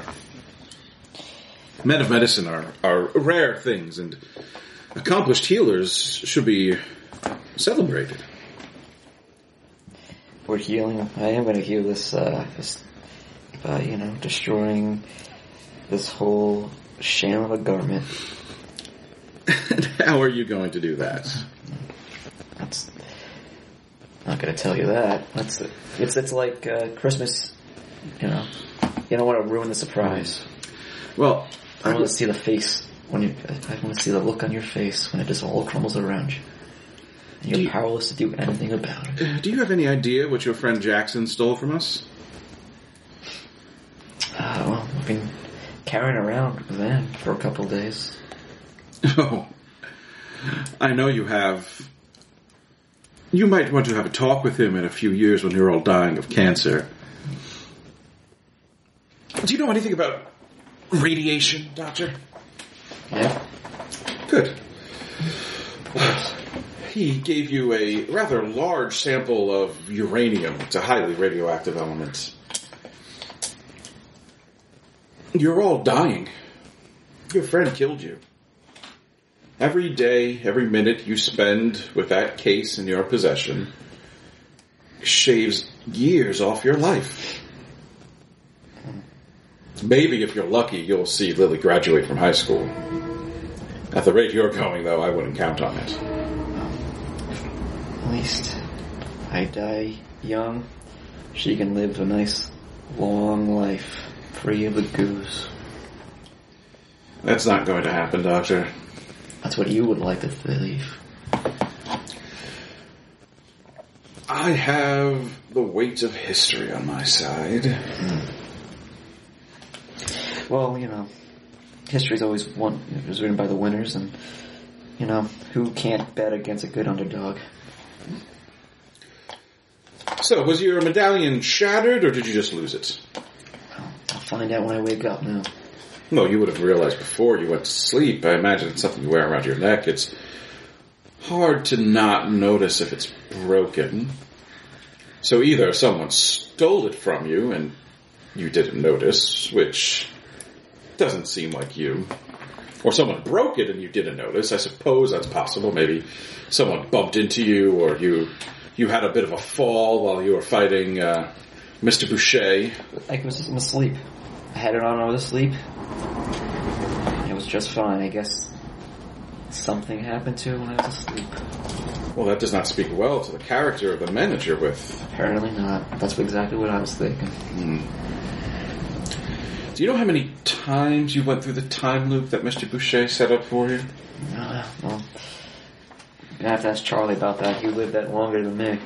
Men of medicine are, are rare things, and accomplished healers should be celebrated. *laughs* We're healing. I am going to heal this, uh, this, by, you know, destroying this whole sham of a garment. And how are you going to do that? That's not gonna tell you that. That's it's it's like uh, Christmas, you know. You don't want to ruin the surprise. Well, I want to see the face when you. I want to see the look on your face when it just all crumbles around you. And you're Do you- powerless to do anything about it. do you have any idea what your friend Jackson stole from us? *laughs* Uh, well, I've been carrying around with them for a couple days. Oh, I know you have. You might want to have a talk with him in a few years when you're all dying of cancer. Do you know anything about radiation, Doctor? Yeah. Good. He gave you a rather large sample of uranium. It's a highly radioactive element. You're all dying. Your friend killed you. Every day, every minute you spend with that case in your possession shaves years off your life. Maybe if you're lucky, you'll see Lily graduate from high school. At the rate you're going, though, I wouldn't count on it. At least I die young. She can live a nice long life, free of the goose. That's not going to happen, Doctor. That's what you would like to believe. I have the weight of history on my side. Well, you know, history's always one it was written by the winners, and you know who can't bet against a good underdog? So, was your medallion shattered, or did you just lose it? I'll find out when I wake up. Now, No, you would have realized before you went to sleep. I imagine it's something you wear around your neck. It's hard to not notice if it's broken. So either someone stole it from you and you didn't notice, which doesn't seem like you, or someone broke it and you didn't notice. I suppose that's possible. Maybe someone bumped into you, or you you had a bit of a fall while you were fighting uh, Mr. Boucher. I was just asleep. I had it on over the sleep. It was just fine, I guess. Something happened to it when I was asleep. Well, that does not speak well to the character of the men that you're with. Apparently not. That's exactly what I was thinking. Do you know how many times you went through the time loop that Mr. Boucher set up for you? Uh, well, I have to ask Charlie about that. He lived that longer than me.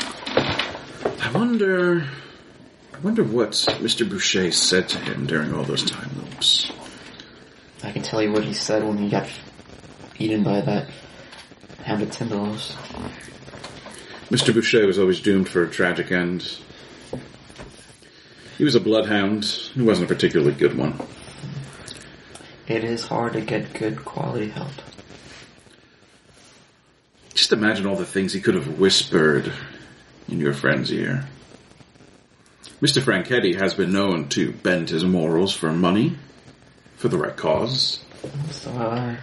I wonder. I wonder what Mr. Boucher said to him during all those time loops. I can tell you what he said when he got eaten by that hound of Timberwolves. Mr. Boucher was always doomed for a tragic end. He was a bloodhound. He wasn't a particularly good one. It is hard to get good quality help. Just imagine all the things he could have whispered in your friend's ear. Mr. Franchetti has been known to bend his morals for money, for the right cause. So I.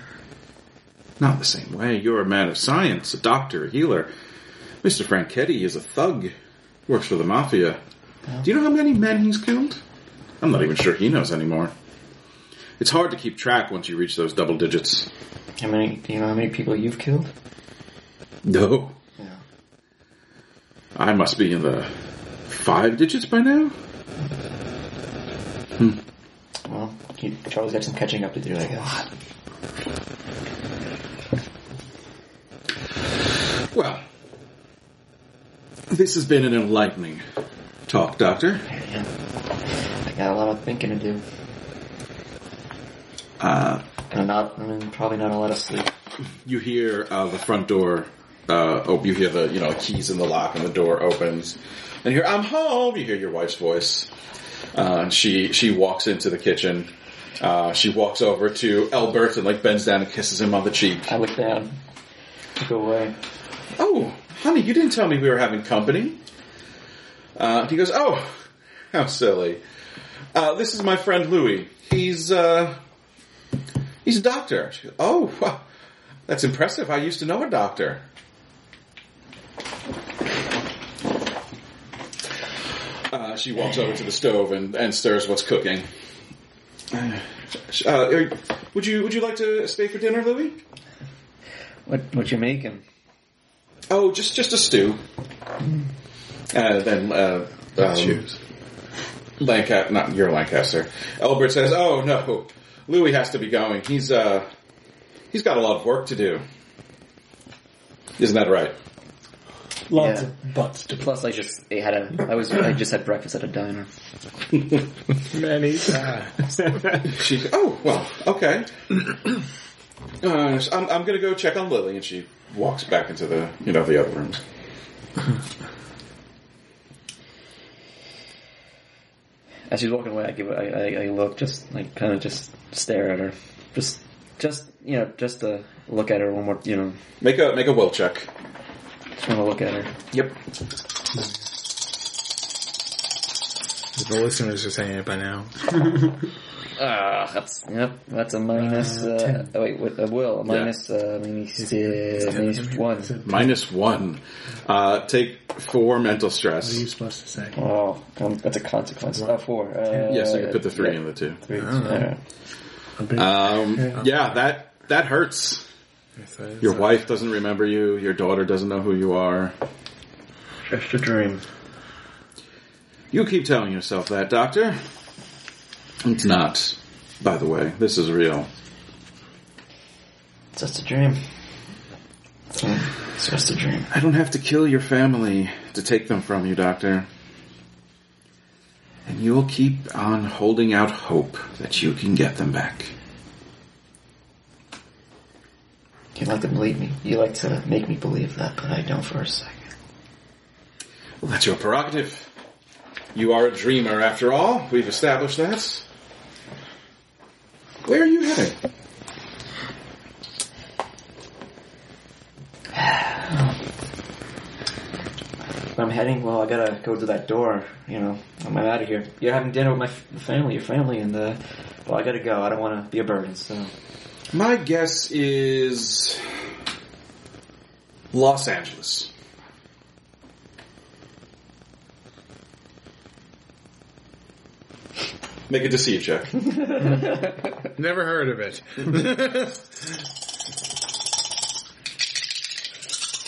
Not the same way. You're a man of science, a doctor, a healer. Mr. Franchetti is a thug, works for the mafia. Do you know how many men he's killed? I'm not even sure he knows anymore. It's hard to keep track once you reach those double digits. How many? Do you know how many people you've killed? No. Yeah. I must be in the five digits by now? Well, you, Charlie's got some catching up to do, I guess. Well, this has been an enlightening talk, Doctor. Yeah. I got a lot of thinking to do, Uh, and not, and probably not a lot of sleep. you hear uh, the front door. Uh, oh, you hear the you know keys in the lock, and the door opens. And you hear "I'm home." You hear your wife's voice. Uh, and she she walks into the kitchen. Uh, she walks over to Albert and like bends down and kisses him on the cheek. I look down, look away. Oh, honey, you didn't tell me we were having company. Uh, he goes, oh, how silly. Uh, this is my friend Louis. He's, uh, he's a doctor. She goes, oh, wow, that's impressive. I used to know a doctor. Uh, she walks over to the stove and, and stirs what's cooking. Uh, are- would you would you like to stay for dinner, Louis? What? What you making? Oh, just just a stew. Uh, then uh, um, Lancaster, not your Lancaster. Elbert says, "Oh no, Louis has to be going. He's uh, he's got a lot of work to do. Isn't that right?" Lots Yeah. of butts. Plus, I just I had a. I was. I just had breakfast at a diner. Many. She, oh well, okay. Uh, so I'm, I'm gonna go check on Lily, and she walks back into the you know the other rooms. As she's walking away, I give. I, I, I look just like kind of just stare at her, just just you know just to look at her one more. You know, Make a make a will check. just want to look at her. Yep. The listeners are saying it by now. Ah, that's yep. That's a minus. Uh, oh wait, what, a will a minus uh, minus, uh, minus one. Minus one. Uh, take four mental stress. You're supposed to say. Oh, um, that's a consequence. Uh, four. Uh, Yes, you can put the three in the two. Three. Yeah. Um, yeah, that that hurts. Your wife doesn't remember you. Your daughter doesn't know who you are. Just a dream. You keep telling yourself that, Doctor. It's not. By the way, this is real. It's Just a dream. It's just a dream. I don't have to kill your family to take them from you, Doctor. And you'll keep on holding out hope that you can get them back. You like to believe me. You like to make me believe that, but I don't for a second. Well, that's your prerogative. You are a dreamer, after all. We've established that. Where are you heading? I'm heading. Well, I gotta go to that door. You know, I'm out of here. You're having dinner with my f- family, your family, and uh, well, I gotta go. I don't want to be a burden. So, My guess is Los Angeles. Make a deceive check. Never heard of *laughs* it.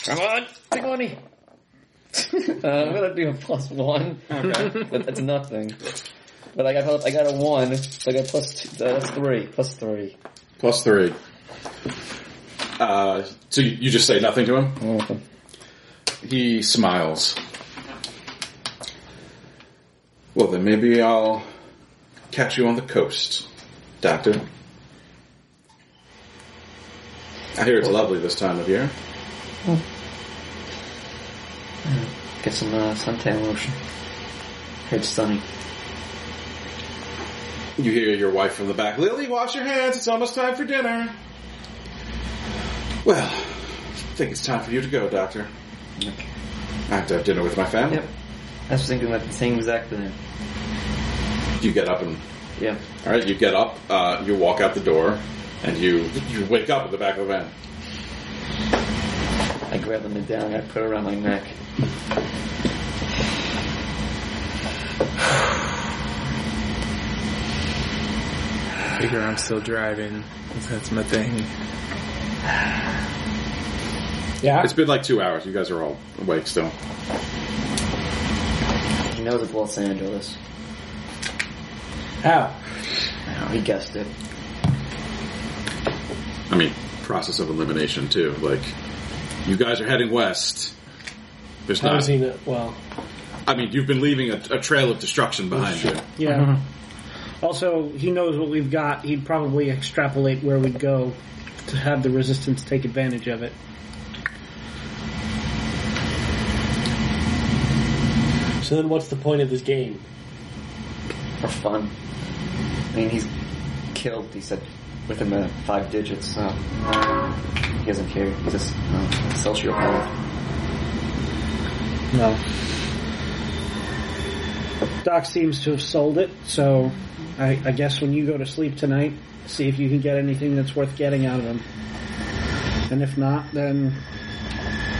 come on, twenty. *laughs* uh, I'm gonna do a plus one, Okay. *laughs* but that's nothing. But I got I got a one, so I got plus two. Uh, that's three, plus three. Plus three. Uh, so you you just say nothing to him? Mhm. He smiles. Well, then maybe I'll catch you on the coast, Doctor. I hear it's lovely this time of year. Get some uh, suntan lotion. Heard stunning. You hear your wife from the back, Lily, wash your hands, it's almost time for dinner. Well, I think it's time for you to go, Doctor. Okay. I have to have dinner with my family. Yep. I was thinking about the same exact thing. You get up and Yeah. all right. You get up. Uh, you walk out the door, and you you wake up at the back of the van. I grab the medallion, I put it around my neck. Figure I'm still driving. 'cause That's my thing. Yeah. It's been like two hours. You guys are all awake still. He knows it's Los Angeles. How? Oh, he guessed it. I mean, process of elimination too. Like, you guys are heading west. There's How not. does he know? Well, I mean, you've been leaving a, a trail of destruction Oh, behind you. Yeah. Also, he knows what we've got. He'd probably extrapolate where we go to have the resistance take advantage of it. so then what's the point of this game? For fun. I mean, he's killed, he said, within the five digits, so. He doesn't care. He's just uh, sociopath. No. Doc seems to have sold it, so I, I guess when you go to sleep tonight, see if you can get anything that's worth getting out of him. And if not, then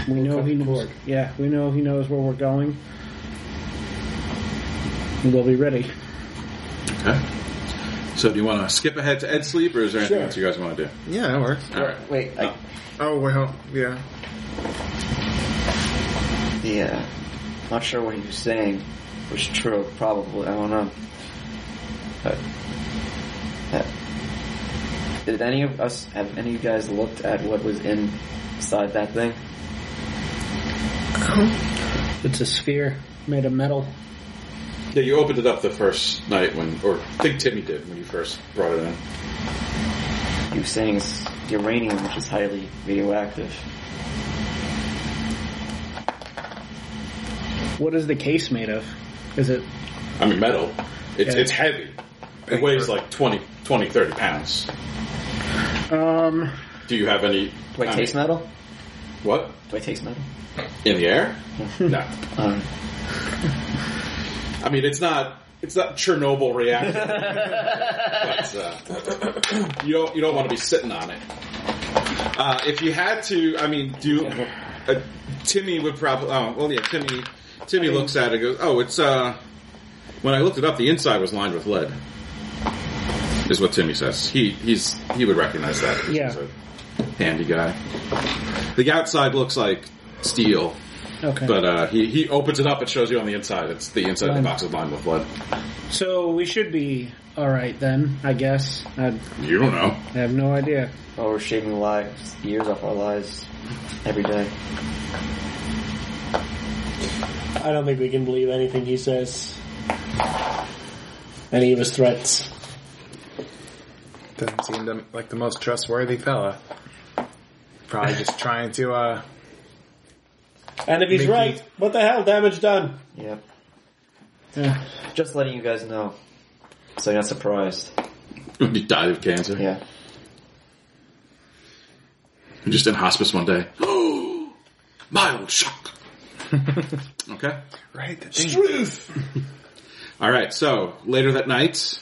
we know he knows. Yeah, we know he knows where we're going. And we'll be ready. Okay. So, do you want to skip ahead to Ed sleep, or is there anything Sure. else you guys want to do? Yeah, that works. All right. Wait, I, Oh well, yeah. yeah. uh, Not sure what he was saying was true, probably. I don't know. But. uh, did any of us, have any of you guys looked at what was in- inside that thing? It's a sphere made of metal. Yeah, you opened it up the first night when, or I think Timmy did when you first brought it in. He was saying it's uranium, which is highly radioactive. What is the case made of? Is it I mean, metal. It's Yeah. it's heavy. It weighs like 20, 20, 30 pounds. um Do you have any? Do I I taste mean, metal? What Do I taste metal? in the air? no. Um, I mean, it's not it's not Chernobyl reactor. but, uh, *clears throat* you don't you don't want to be sitting on it. Uh, if you had to, I mean, do uh, Timmy would probably? Oh, well, yeah, Timmy. Timmy looks at it and goes, "Oh, it's uh." When I looked it up, the inside was lined with lead. Is what Timmy says. He he's he would recognize that. Yeah. He's a handy guy. The outside looks like steel, okay. but uh, he he opens it up and shows you on the inside. It's the inside of the box is lined with lead. so we should be all right then, I guess. I, You don't know. *laughs* I have no idea. oh, we're shaving lives, years off our lives every day. I don't think we can believe anything he says. Any of his threats. Doesn't seem to, like the most trustworthy fella. Probably just trying to uh And if he's Mickey. right, what the hell? Damage done. Yep. Yeah. Just letting you guys know. So you're not surprised. You died of cancer. Yeah. You're just in hospice one day. *gasps* Mild shock. okay. right the thing. All right. So later that night,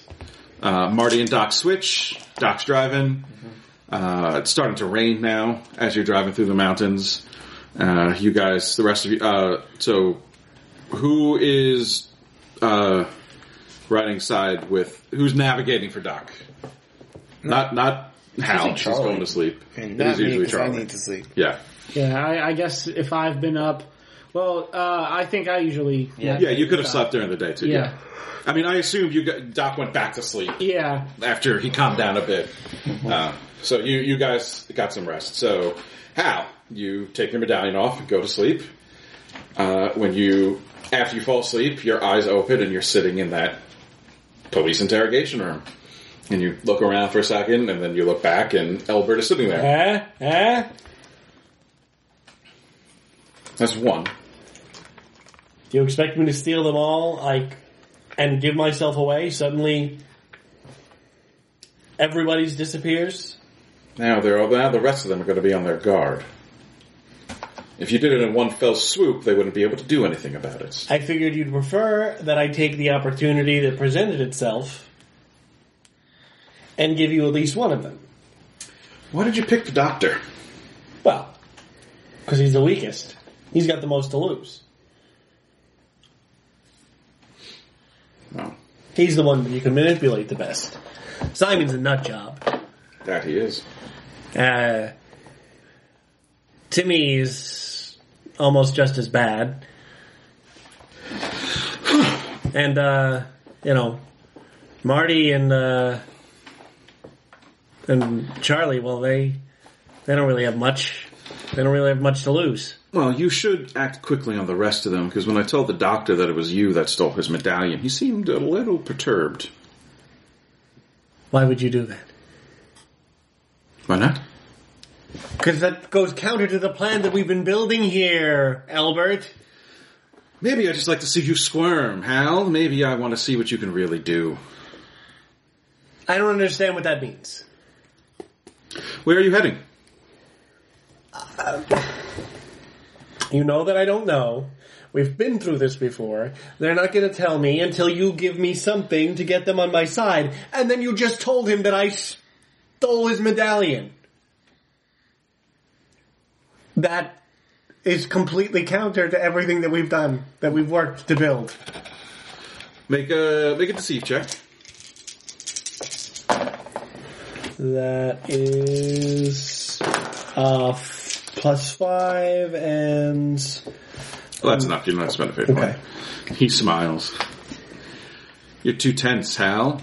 uh, Marty and Doc switch. Doc's driving. Uh, it's starting to rain now as you're driving through the mountains. Uh, you guys, the rest of you. Uh, so who is uh, riding side with? Who's navigating for Doc? Not not Hal. She's Charlie. going to sleep. And it not is me, usually 'cause I Charlie. need to sleep. Yeah. Yeah, I, I guess if I've been up, well, uh, I think I usually. Yeah. Yeah, you could have slept during the day too. Yeah. Yeah. I mean, I assume you got, Doc went back to sleep Yeah. after he calmed down a bit. Uh, so you you guys got some rest. So Hal, you take your medallion off and go to sleep. Uh, when you after you fall asleep, your eyes open and you're sitting in that police interrogation room. And you look around for a second, and then you look back, and Elbert is sitting there. Eh? Eh? That's one. Do you expect me to steal them all, like, and give myself away? Suddenly, everybody's disappears? Now they're all, now the rest of them are going to be on their guard. If you did it in one fell swoop, they wouldn't be able to do anything about it. I figured you'd prefer that I take the opportunity that presented itself and give you at least one of them. Why did you pick the doctor? Well, because he's the weakest. He's got the most to lose. Oh, He's the one that you can manipulate the best. Simon's a nut job. that he is. Uh, Timmy's almost just as bad. And, uh, you know, Marty and, uh, and Charlie, well, they, they don't really have much, they don't really have much to lose. Well, you should act quickly on the rest of them, because when I told the doctor that it was you that stole his medallion, he seemed a little perturbed. Why would you do that? Why not? Because that goes counter to the plan that we've been building here, Albert. Maybe I just like to see you squirm, Hal. Maybe I want to see what you can really do. I don't understand what that means. Where are you heading? You know that I don't know. We've been through this before. They're not going to tell me until you give me something to get them on my side. And then you just told him that I stole his medallion. That is completely counter to everything that we've done, that we've worked to build. Make a make a deceive check. That is uh, f- plus five and Well, that's enough. You're not spending a fate point. He smiles. You're too tense, Hal.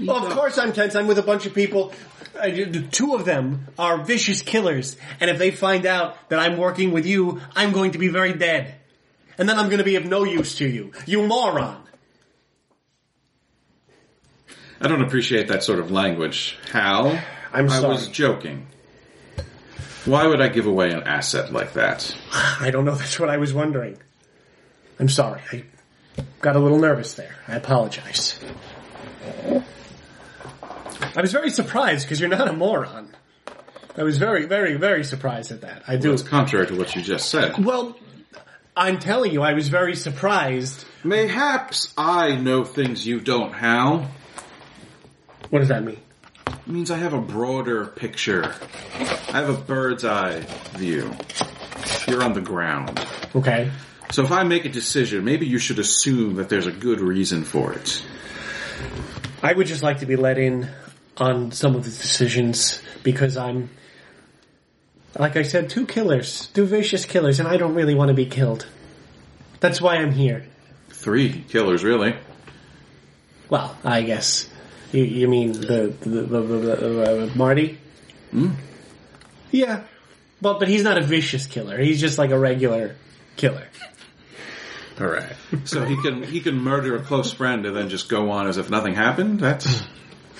Well, of course I'm tense. I'm with a bunch of people. I, two of them are vicious killers, and if they find out that I'm working with you, I'm going to be very dead. And then I'm going to be of no use to you. You moron. *sighs* I don't appreciate that sort of language, Hal. I'm I sorry. was joking. Why would I give away an asset like that? I don't know. *laughs* That's what I was wondering. I'm sorry. I got a little nervous there. I apologize. I was very surprised because you're not a moron. I was very, very, very surprised at that. I do. It's contrary to what you just said. Well, I'm telling you, I was very surprised. Mayhaps I know things you don't, Hal. What does that mean? It means I have a broader picture. I have a bird's eye view. You're on the ground. Okay. So if I make a decision, maybe you should assume that there's a good reason for it. I would just like to be let in on some of the decisions because I'm, like I said, two killers, two vicious killers, and I don't really want to be killed. That's why I'm here. Three killers, really. Well, I guess. You, you mean the, the, the, the, the- uh, Marty? Yeah. But, but he's not a vicious killer. He's just like a regular killer. All right. So he can he can murder a close friend and then just go on as if nothing happened. That's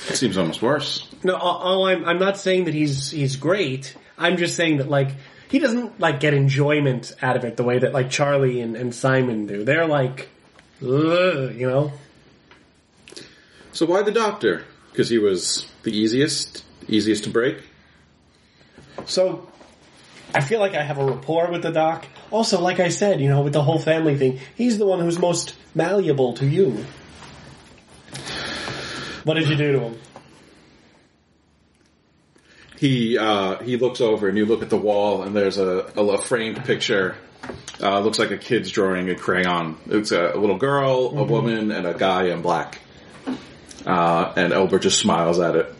that seems almost worse. No, all, all I'm I'm not saying that he's he's great. I'm just saying that like he doesn't like get enjoyment out of it the way that like Charlie and, and Simon do. They're like, Ugh, you know, So why the doctor? Because he was the easiest, easiest to break. So I feel like I have a rapport with the doc. Also, like I said, you know, with the whole family thing, he's the one who's most malleable to you. What did you do to him? He uh, he looks over and you look at the wall and there's a, a, framed picture. Uh, looks like a kid's drawing a crayon. It's a, a little girl, a woman, and a guy in black. Uh, and Elbert just smiles at it.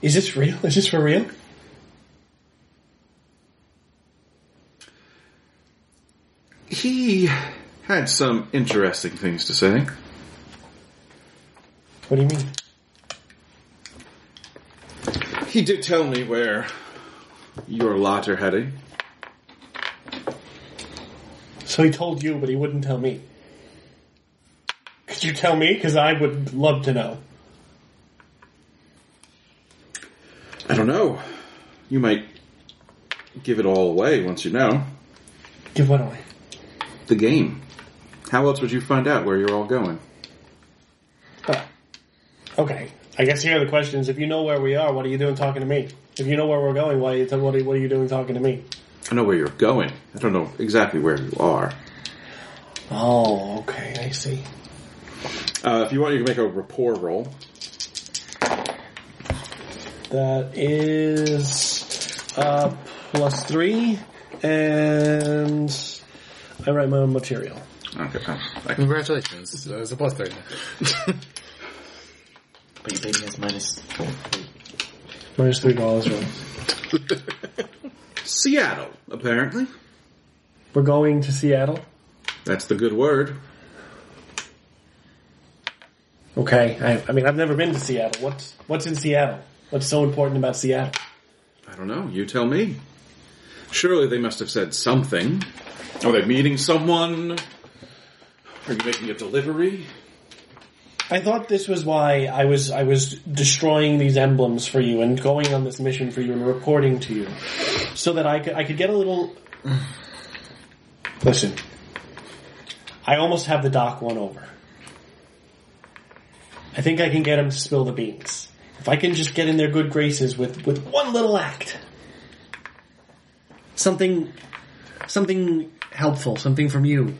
Is this real? Is this for real? He had some interesting things to say. What do you mean? He did tell me where your lot are heading. So he told you, but he wouldn't tell me. Could you tell me? Because I would love to know. I don't know. You might give it all away once you know. Give what away? The game. How else would you find out where you're all going? Oh. Huh. Okay. I guess here are the questions. If you know where we are, what are you doing talking to me? If you know where we're going, why? you- What are, what are you doing talking to me? I know where you're going. I don't know exactly where you are. Oh, okay, I see. Uh, if you want, you can make a rapport roll. That is uh, plus three, and I write my own material. Okay. oh, I- *laughs* Congratulations. Uh, It's a plus 30. But your baby has minus four. Minus three dollars. Right? Seattle, apparently. We're going to Seattle. That's the good word. Okay, I, I mean I've never been to Seattle. What's what's in Seattle? What's so important about Seattle? I don't know. You tell me. Surely they must have said something. Are they meeting someone? Are you making a delivery? I thought this was why I was I was destroying these emblems for you and going on this mission for you and reporting to you, so that I could I could get a little. Listen, I almost have the doc won over. I think I can get him to spill the beans. If I can just get in their good graces with with one little act, something, something helpful, something from you,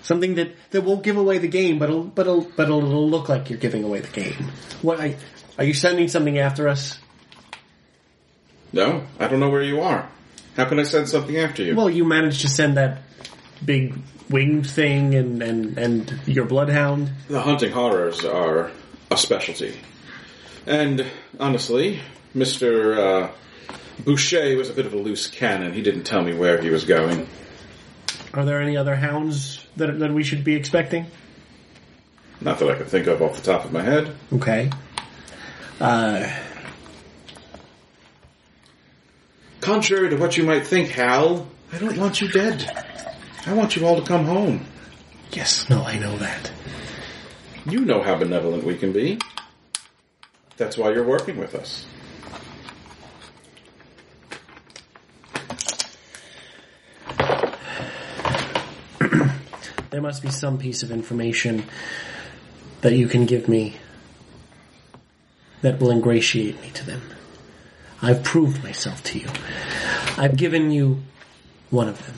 Something that, that won't give away the game, but it'll, but it'll, but it'll, it'll look like you're giving away the game. What, I, are you sending something after us? No, I don't know where you are. How can I send something after you? Well, you managed to send that big winged thing and, and, and your bloodhound. the hunting horrors are a specialty. And honestly, Mr. Uh, Boucher was a bit of a loose cannon. He didn't tell me where he was going. Are there any other hounds that, that we should be expecting? Not that I could think of off the top of my head. Okay. Uh, Contrary to what you might think, Hal, I don't want you dead. I want you all to come home. yes, no, I know that. You know how benevolent we can be. That's why you're working with us. There must be some piece of information that you can give me that will ingratiate me to them. I've proved myself to you. I've given you one of them.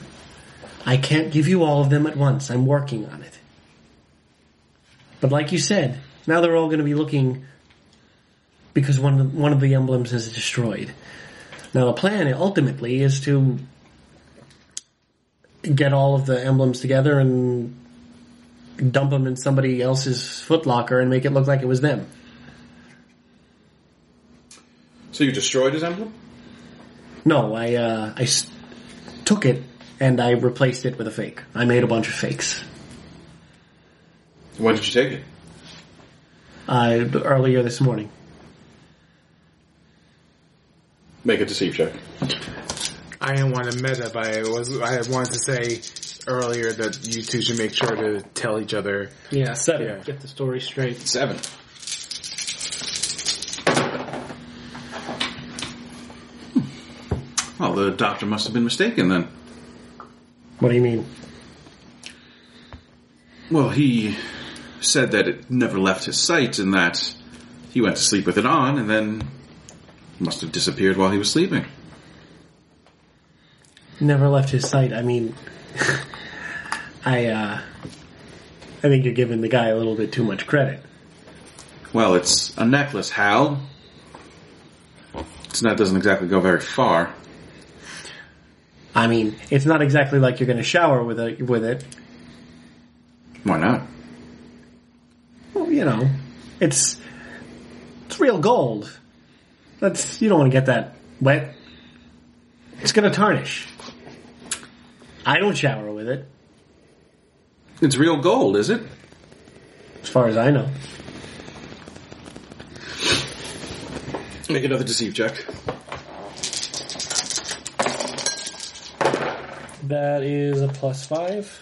I can't give you all of them at once. I'm working on it. But like you said, now they're all going to be looking because one of the, one of the emblems is destroyed. Now the plan ultimately is to get all of the emblems together and dump them in somebody else's footlocker and make it look like it was them. So you destroyed his emblem? No, I uh, I s- took it and I replaced it with a fake. I made a bunch of fakes. When did you take it? Uh, earlier this morning. Make a deceive check. I didn't want to meta, but I was I wanted to say earlier that you two should make sure to tell each other. Yeah, Seven. get the story straight. Seven. Hmm. Well, the doctor must have been mistaken then. What do you mean? Well, he said that it never left his sight and that he went to sleep with it on and then must have disappeared while he was sleeping. Never left his sight. I mean, *laughs* I uh, I think you're giving the guy a little bit too much credit. Well, it's a necklace, Hal. So that doesn't exactly go very far. I mean, it's not exactly like you're going to shower with a, with it. Why not? Well, you know, it's it's real gold. That's you don't want to get that wet. It's gonna tarnish. I don't shower with it, It's real gold, is it? as far as I know. Make another deceive check. That is a plus five.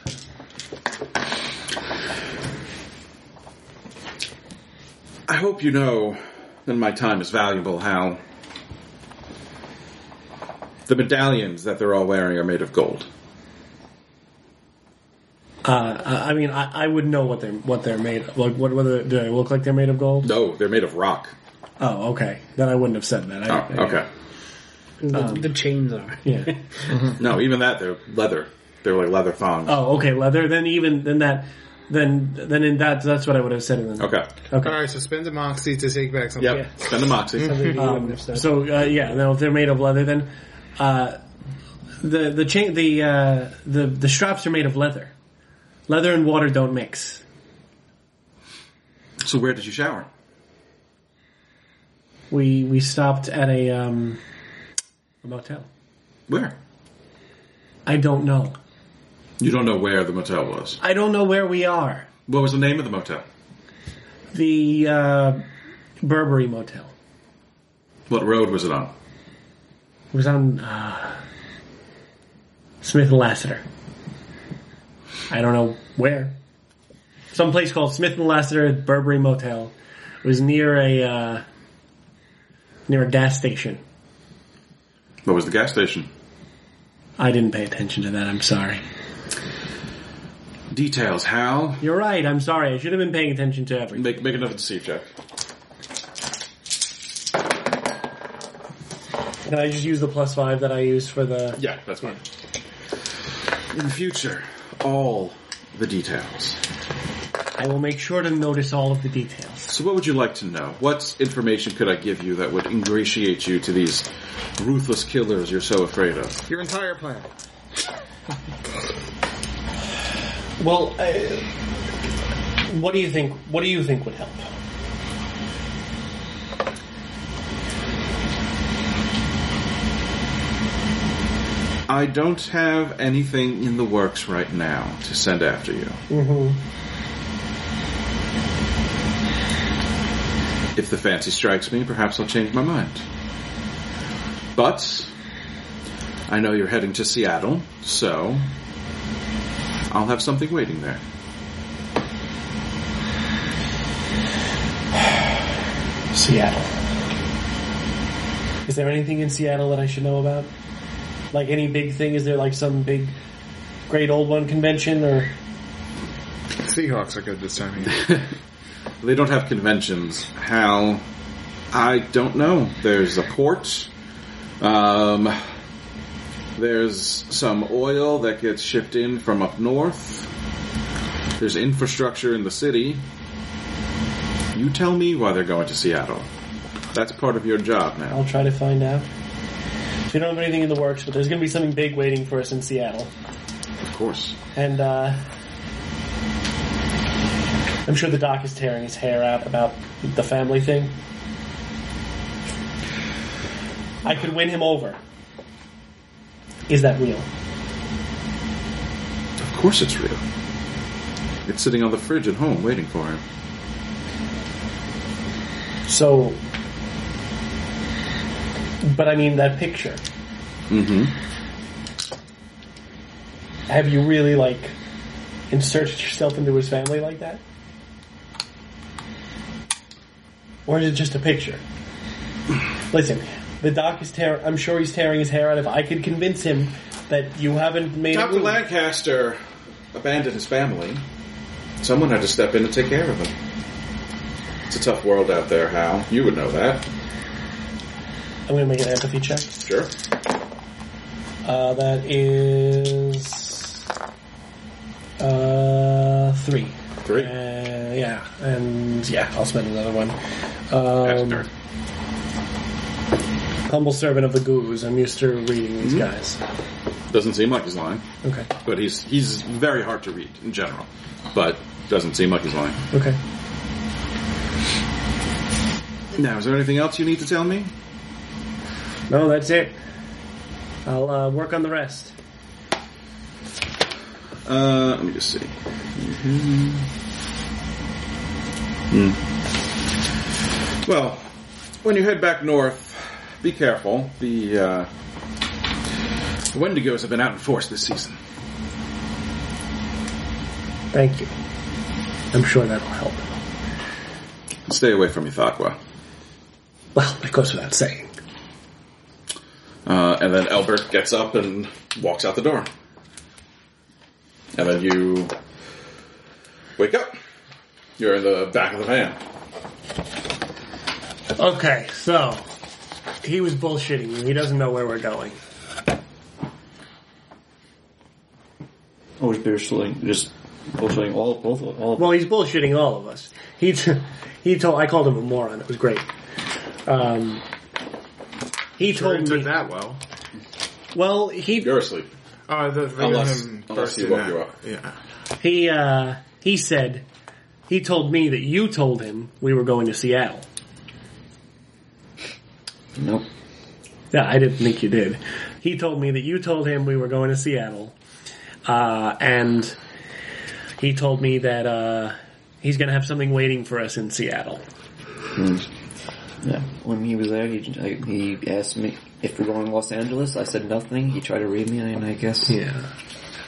I hope you know that my time is valuable, Hal. The medallions that they're all wearing are made of gold. Uh, I I mean, I, I would know what they're what they're made. Of. Like, what whether do they look like they're made of gold? No, they're made of rock. Oh, okay. Then I wouldn't have said that. I, Oh, okay. The, Um, the chains are. Yeah. No, even that they're leather. They're like leather thongs. Oh, okay. Leather. Then even then that then then in that that's what I would have said. In the, Okay. Okay. All right, so spend a moxie to take back something. Yep. Spend the moxie. Um, so uh, yeah, no, if they're made of leather, then uh, the the chain the uh, the the straps are made of leather. Leather and water don't mix. so where did you shower? We we stopped at a um, a motel. Where? I don't know. You don't know where the motel was. I don't know where we are. What was the name of the motel? The uh, Burberry Motel What road was it on? it was on uh, Smith and Lassiter. I don't know where. Some place called Smith and Lassiter Burberry Motel. It was near a uh, near a gas station. What was the gas station? I didn't pay attention to that. I'm sorry. Details. How? You're right. I'm sorry. I should have been paying attention to everything. Make make another deceive check. Can I just use the plus five that I used for the? Yeah, that's fine. In the future, all the details. I will make sure to notice all of the details. So, what would you like to know? What information could I give you that would ingratiate you to these ruthless killers you're so afraid of? Your entire plan. Well, uh, what do you think? What do you think would help? I don't have anything in the works right now to send after you. If the fancy strikes me, perhaps I'll change my mind. But I know you're heading to Seattle, so I'll have something waiting there. Seattle. Is there anything in Seattle that I should know about? Like any big thing? Is there like some big great old one convention or Seahawks are good this time of year. They don't have conventions. How? I don't know. There's a port. Um, there's some oil that gets shipped in from up north. There's infrastructure in the city. You tell me why they're going to Seattle. That's part of your job now. I'll try to find out. So you don't have anything in the works, but there's going to be something big waiting for us in Seattle. Of course. And uh, I'm sure the doc is tearing his hair out about the family thing. I could win him over. Is that real? Of course it's real. It's sitting on the fridge at home waiting for him. So, but I mean that picture. Mm-hmm. Have you really like inserted yourself into his family like that, or is it just a picture? Listen, the doc is tearing. I'm sure he's tearing his hair out. If I could convince him that you haven't made a Dr. move- Lancaster abandoned his family. Someone had to step in and take care of him. It's a tough world out there, Hal. You would know that. I'm going to make an empathy check. Sure. Uh, that is uh, three. Three. Uh, yeah, and yeah, I'll spend another one. After. Um, humble servant of the gurus. I'm used to reading Mm-hmm. these guys. Doesn't seem like he's lying, Okay. but he's he's very hard to read in general. But doesn't seem like he's lying. Okay. Now, is there anything else you need to tell me? No, that's it. I'll uh, work on the rest. Uh, let me just see. Mhm. Hmm. Well, when you head back north, be careful. The, uh, the Wendigos have been out in force this season. Thank you. I'm sure that'll help. Stay away from Ithaqua. Well, it goes without saying. Uh, and then Albert gets up and walks out the door. And then you wake up. You're in the back of the van. Okay, so he was bullshitting you. He doesn't know where we're going. Always bullshitting, just bullshitting all, both, all. Well, he's bullshitting all of us. He *laughs* t- he told I called him a moron. It was great. Um, he Jordan told took me. that well. Well, he You're asleep. Oh, the thing Unless- him unless he bursting woke you out. up. Yeah. he uh, he said he told me that you told him we were going to Seattle. Nope. Yeah, I didn't think you did. He told me that you told him we were going to Seattle, uh, and he told me that uh, he's going to have something waiting for us in Seattle. Yeah. When he was there, he, I, he asked me if we're going to Los Angeles. I said nothing. He tried to read me, and I guess Yeah.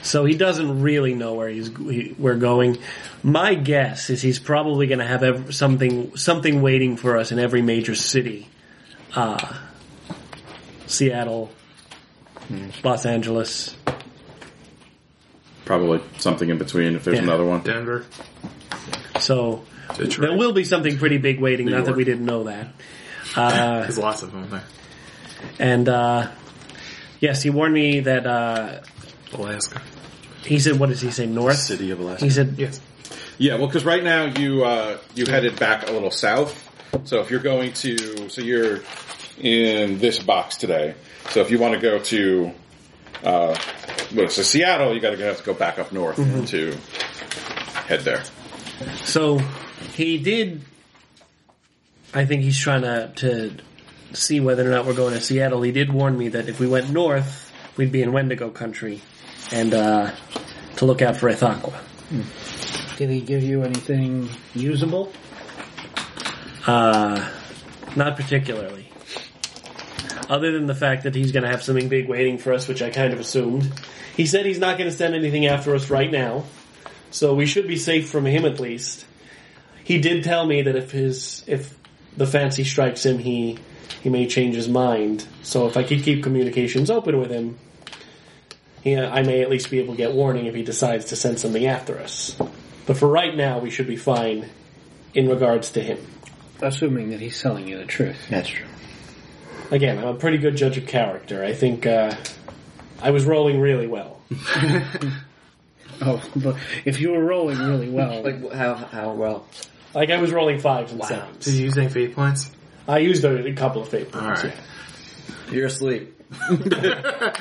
So he doesn't really know where he's he, we're going. My guess is he's probably going to have ev- something something waiting for us in every major city, uh, Seattle, Los Angeles. Probably something in between if there's Yeah. another one. Denver. So Detroit. there will be something pretty big waiting. New Not that York. we didn't know that. Uh, There's lots of them there. and uh, yes, he warned me that uh, Alaska. he said, "What does he say? North." City of Alaska. He said, Yes. Yeah, well, because right now you uh, you headed back a little south. So if you're going to, so you're in this box today. So if you want to go to, uh, well, so Seattle, you got to have to go back up north Mm-hmm. to head there. So he did. I think he's trying to to see whether or not we're going to Seattle. He did warn me that if we went north, we'd be in Wendigo country, and uh, to look out for Ithaqua. Did he give you anything usable? Uh, not particularly. Other than the fact that he's going to have something big waiting for us, which I kind of assumed. He said he's not going to send anything after us right now, so we should be safe from him at least. He did tell me that if his if the fancy strikes him, he he may change his mind. So if I could keep communications open with him, he, I may at least be able to get warning if he decides to send something after us. But for right now, we should be fine in regards to him. Assuming that he's telling you the truth. that's true. again, I'm a pretty good judge of character. I think uh, I was rolling really well. Oh, but if you were rolling really Oh. *laughs* well, Like wh- how how well? Like I was rolling fives and Did sevens. you use any fate points? I used a, a couple of fate points. Alright. You're asleep. *laughs* yeah.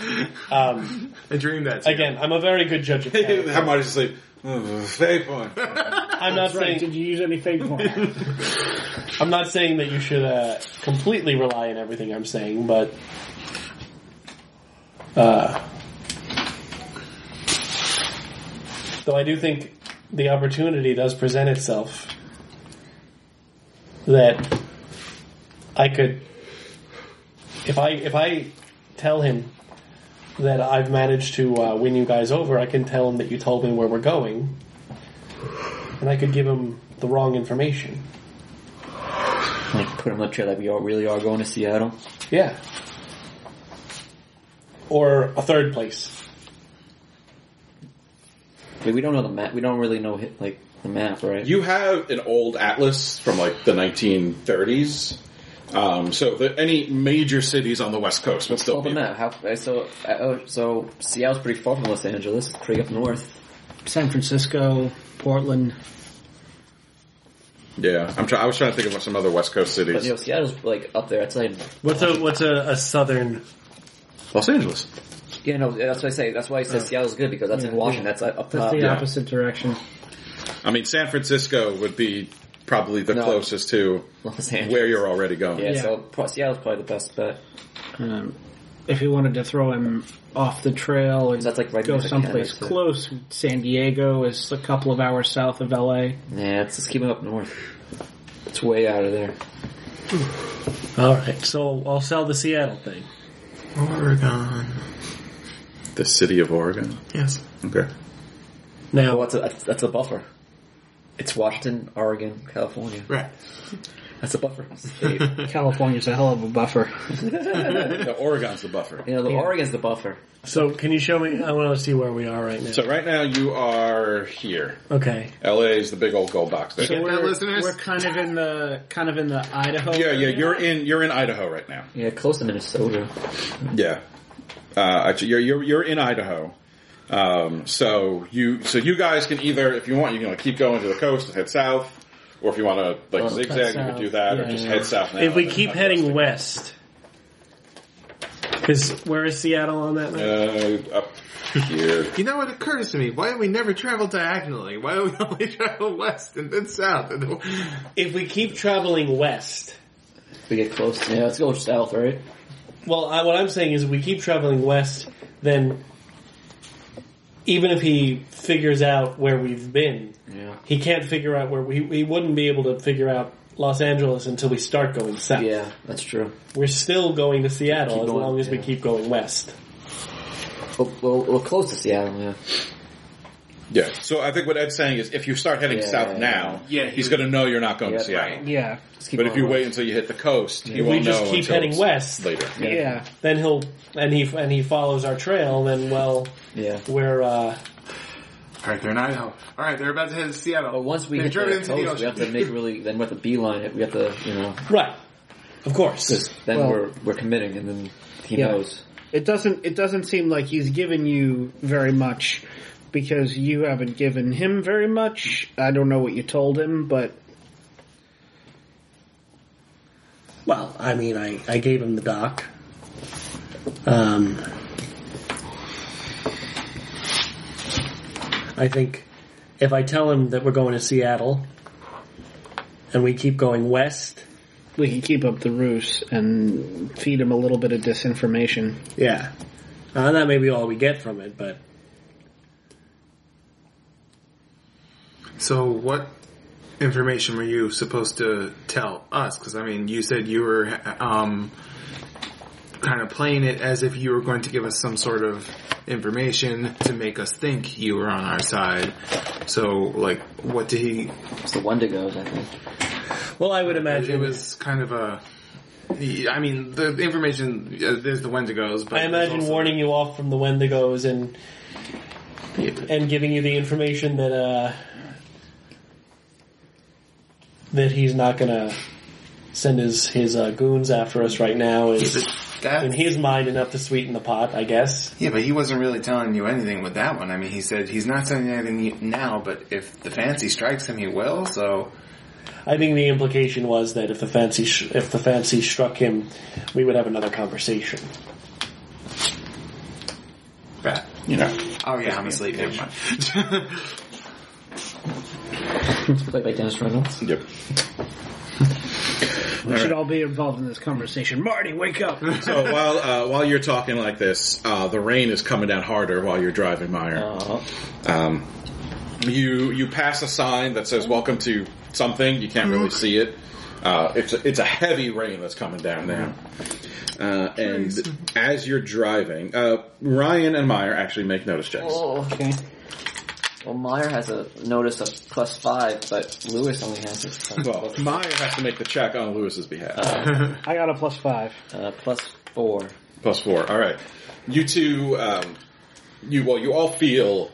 Um, I dreamed that. Too. again, I'm a very good judge *laughs* of character. How much is sleep? Fake one. *laughs* I'm not Right, saying did you use any fake points? *laughs* I'm not saying that you should uh, completely rely on everything I'm saying, but uh, though I do think the opportunity does present itself that I could, if I if I tell him that I've managed to uh, win you guys over, I can tell him that you told me where we're going, and I could give him the wrong information. Like put him on the trail that we all really are going to Seattle. Yeah. Or a third place. Like, we don't know the map. We don't really know hi- like the map, right? You have an old atlas from like the 1930s. Um, so the, any major cities on the west coast would still Well, the be map. How, uh, so, uh, oh, so Seattle's pretty far from Los Angeles. It's pretty up north. San Francisco, Portland. Yeah, I'm trying. I was trying to think of some other West Coast But you cities. know, Seattle's like up there. That's like What's a what's a, a southern? Los Angeles. you know. That's what I say. That's why I said Seattle's good because that's in Washington. That's like, up That's top. the uh, yeah. opposite direction. I mean, San Francisco would be probably the No. closest to Los Angeles. where you're already going. Yeah, Yeah. so pro- Seattle's probably the best bet. Um, if you wanted to throw him off the trail and That's like right go near the someplace Canadas, too. close, San Diego is a couple of hours south of LA. Yeah, it's just keep it up north. It's way out of there. All right, so I'll sell the Seattle thing. Oregon. The city of Oregon. Yes. Okay. Well, Now, that's a, that's, that's a buffer. It's Washington, Oregon, California. Right. That's a *laughs* buffer. Save. California's a hell of a buffer. The Oregon's the buffer. you know, the Oregon's the buffer. So can you show me? I want to see where we are right now. So right now you are here. Okay. LA is the big old gold box. There. Get that, listeners? We're kind of in the kind of in the Idaho. Yeah, yeah. You're in. You're in Idaho right now. Yeah, close to Minnesota. Yeah. Uh, actually, you're, you're you're in Idaho. Um, so you so you guys can either, if you want, you can like, keep going to the coast and head south, or if you want to like zigzag, you south. could do that, or just head south. Now If we and keep head heading west, because where is Seattle on that map? west. uh, up here, You know, it occurs to me, why do we never travel diagonally? Why do we *laughs* only travel west and then south? And then- If we keep traveling west, We get close. Yeah, let's go south, right? well, I, what I'm saying is, if we keep traveling west, then even if he figures out where we've been, Yeah. he can't figure out where we. We wouldn't be able to figure out Los Angeles until we start going south. Yeah, that's true. We're still going to Seattle Keep as going, long as we yeah. keep going west. We're, we're, we're close to Seattle, yeah. yeah. So I think what Ed's saying is, if you start heading Yeah. south now, Yeah, he he's going to know you're not going Yeah, to Seattle. Yeah. Let's keep But if going you west. wait until you hit the coast, he we won't just know keep until heading it's west, later. Yeah. then he'll and he and he follows our trail. Then well, Yeah. we're uh, Alright, they're in Idaho. Alright, they're about to head to Seattle. But once we They're hit driven the into the coast, we ocean. have to make really, then we have to beeline it. We have to, you know, right. Of course, because then Well- we're, we're committing and then he Yeah. knows. It doesn't. It doesn't seem like he's given you very much because you haven't given him very much. I don't know what you told him, but Well, I mean, I, I gave him the doc. Um, I think if I tell him that we're going to Seattle and we keep going west, we can keep up the ruse and feed him a little bit of disinformation. yeah, uh, that may be all we get from it, but So what information were you supposed to tell us? Because I mean, you said you were um, kind of playing it as if you were going to give us some sort of information to make us think you were on our side. So like, what did he? It's the Wendigos, I think. well, I would Uh, It imagine. was kind of a. I mean, the information. Uh, there's the Wendigos, but I imagine there's also- warning you off from the Wendigos and and giving you the information that uh, that he's not gonna send his his uh, goons after us right now is That- in his mind enough to sweeten the pot, I guess. Yeah, but he wasn't really telling you anything with that one. I mean, he said he's not telling you anything now, but if the fancy strikes him, he will. So I think the implication was that if the fancy sh- if the fancy struck him, we would have another conversation. Right. You know, Oh yeah, I'm asleep. Never mind. Played by Dennis *laughs* Reynolds. yep. We should all be involved in this conversation. Marty, wake up! So while uh, while you're talking like this, uh, the rain is coming down harder while you're driving, Meyer. Uh, Um, you you pass a sign that says "Welcome to something." You can't really see it. Uh, it's a, it's a heavy rain that's coming down now. Uh, and as you're driving, uh, Ryan and Meyer actually make notice checks. oh, okay. Well, Meyer has a notice of plus five, but Lewis only has a *laughs* Well, Meyer has to make the check on Lewis's behalf. I got a plus five. uh, plus four. Plus four. All right. You two, um, you well, you all feel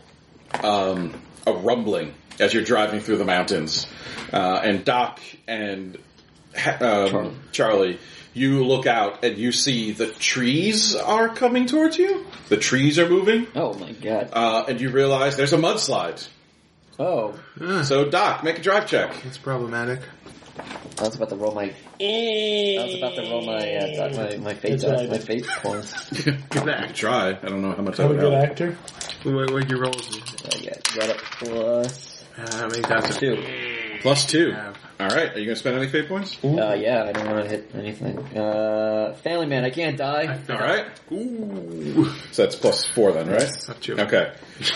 um, a rumbling as you're driving through the mountains, uh, and Doc and ha- um, Charlie. Charlie. you look out and you see the trees are coming towards you. The trees are moving, Oh my god. uh, and you realize there's a mudslide. Oh, So, Doc, make a drive check. it's *laughs* problematic. I was about to roll my. I was about to roll my uh, my my fate That's what I dice, my did. fate points. Uh, Back. Try. I don't know how much I I'm a would good help. actor. What would you roll? I got, got a plus Uh, how many dots? two. Plus two. Yeah. All right. Are you going to spend any fate points? Uh, yeah, I don't want to hit anything. Uh, family man, I can't die. All right. So that's plus four then, right? Up to you. Okay.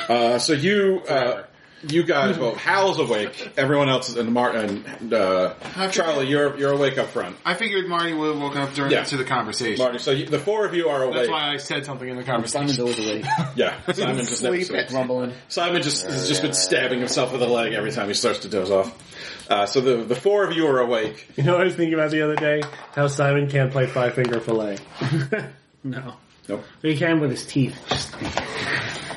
Uh, so you, uh, you guys, well, Hal's awake. Everyone else is, and Martin, and, uh, Charlie, you're you're awake up front. I figured Marty would have woken up during Yeah. to the conversation. Marty, so you, the four of you are awake. That's why I said something in the conversation. *laughs* Simon's always awake, Yeah, Simon just never sleeps. grumbling. Simon just has just been stabbing himself with a leg every time he starts to doze off. Uh, so the the four of you are awake. You know what I was thinking about the other day? How Simon can't play Five Finger Filet. No. Nope. He can with his teeth.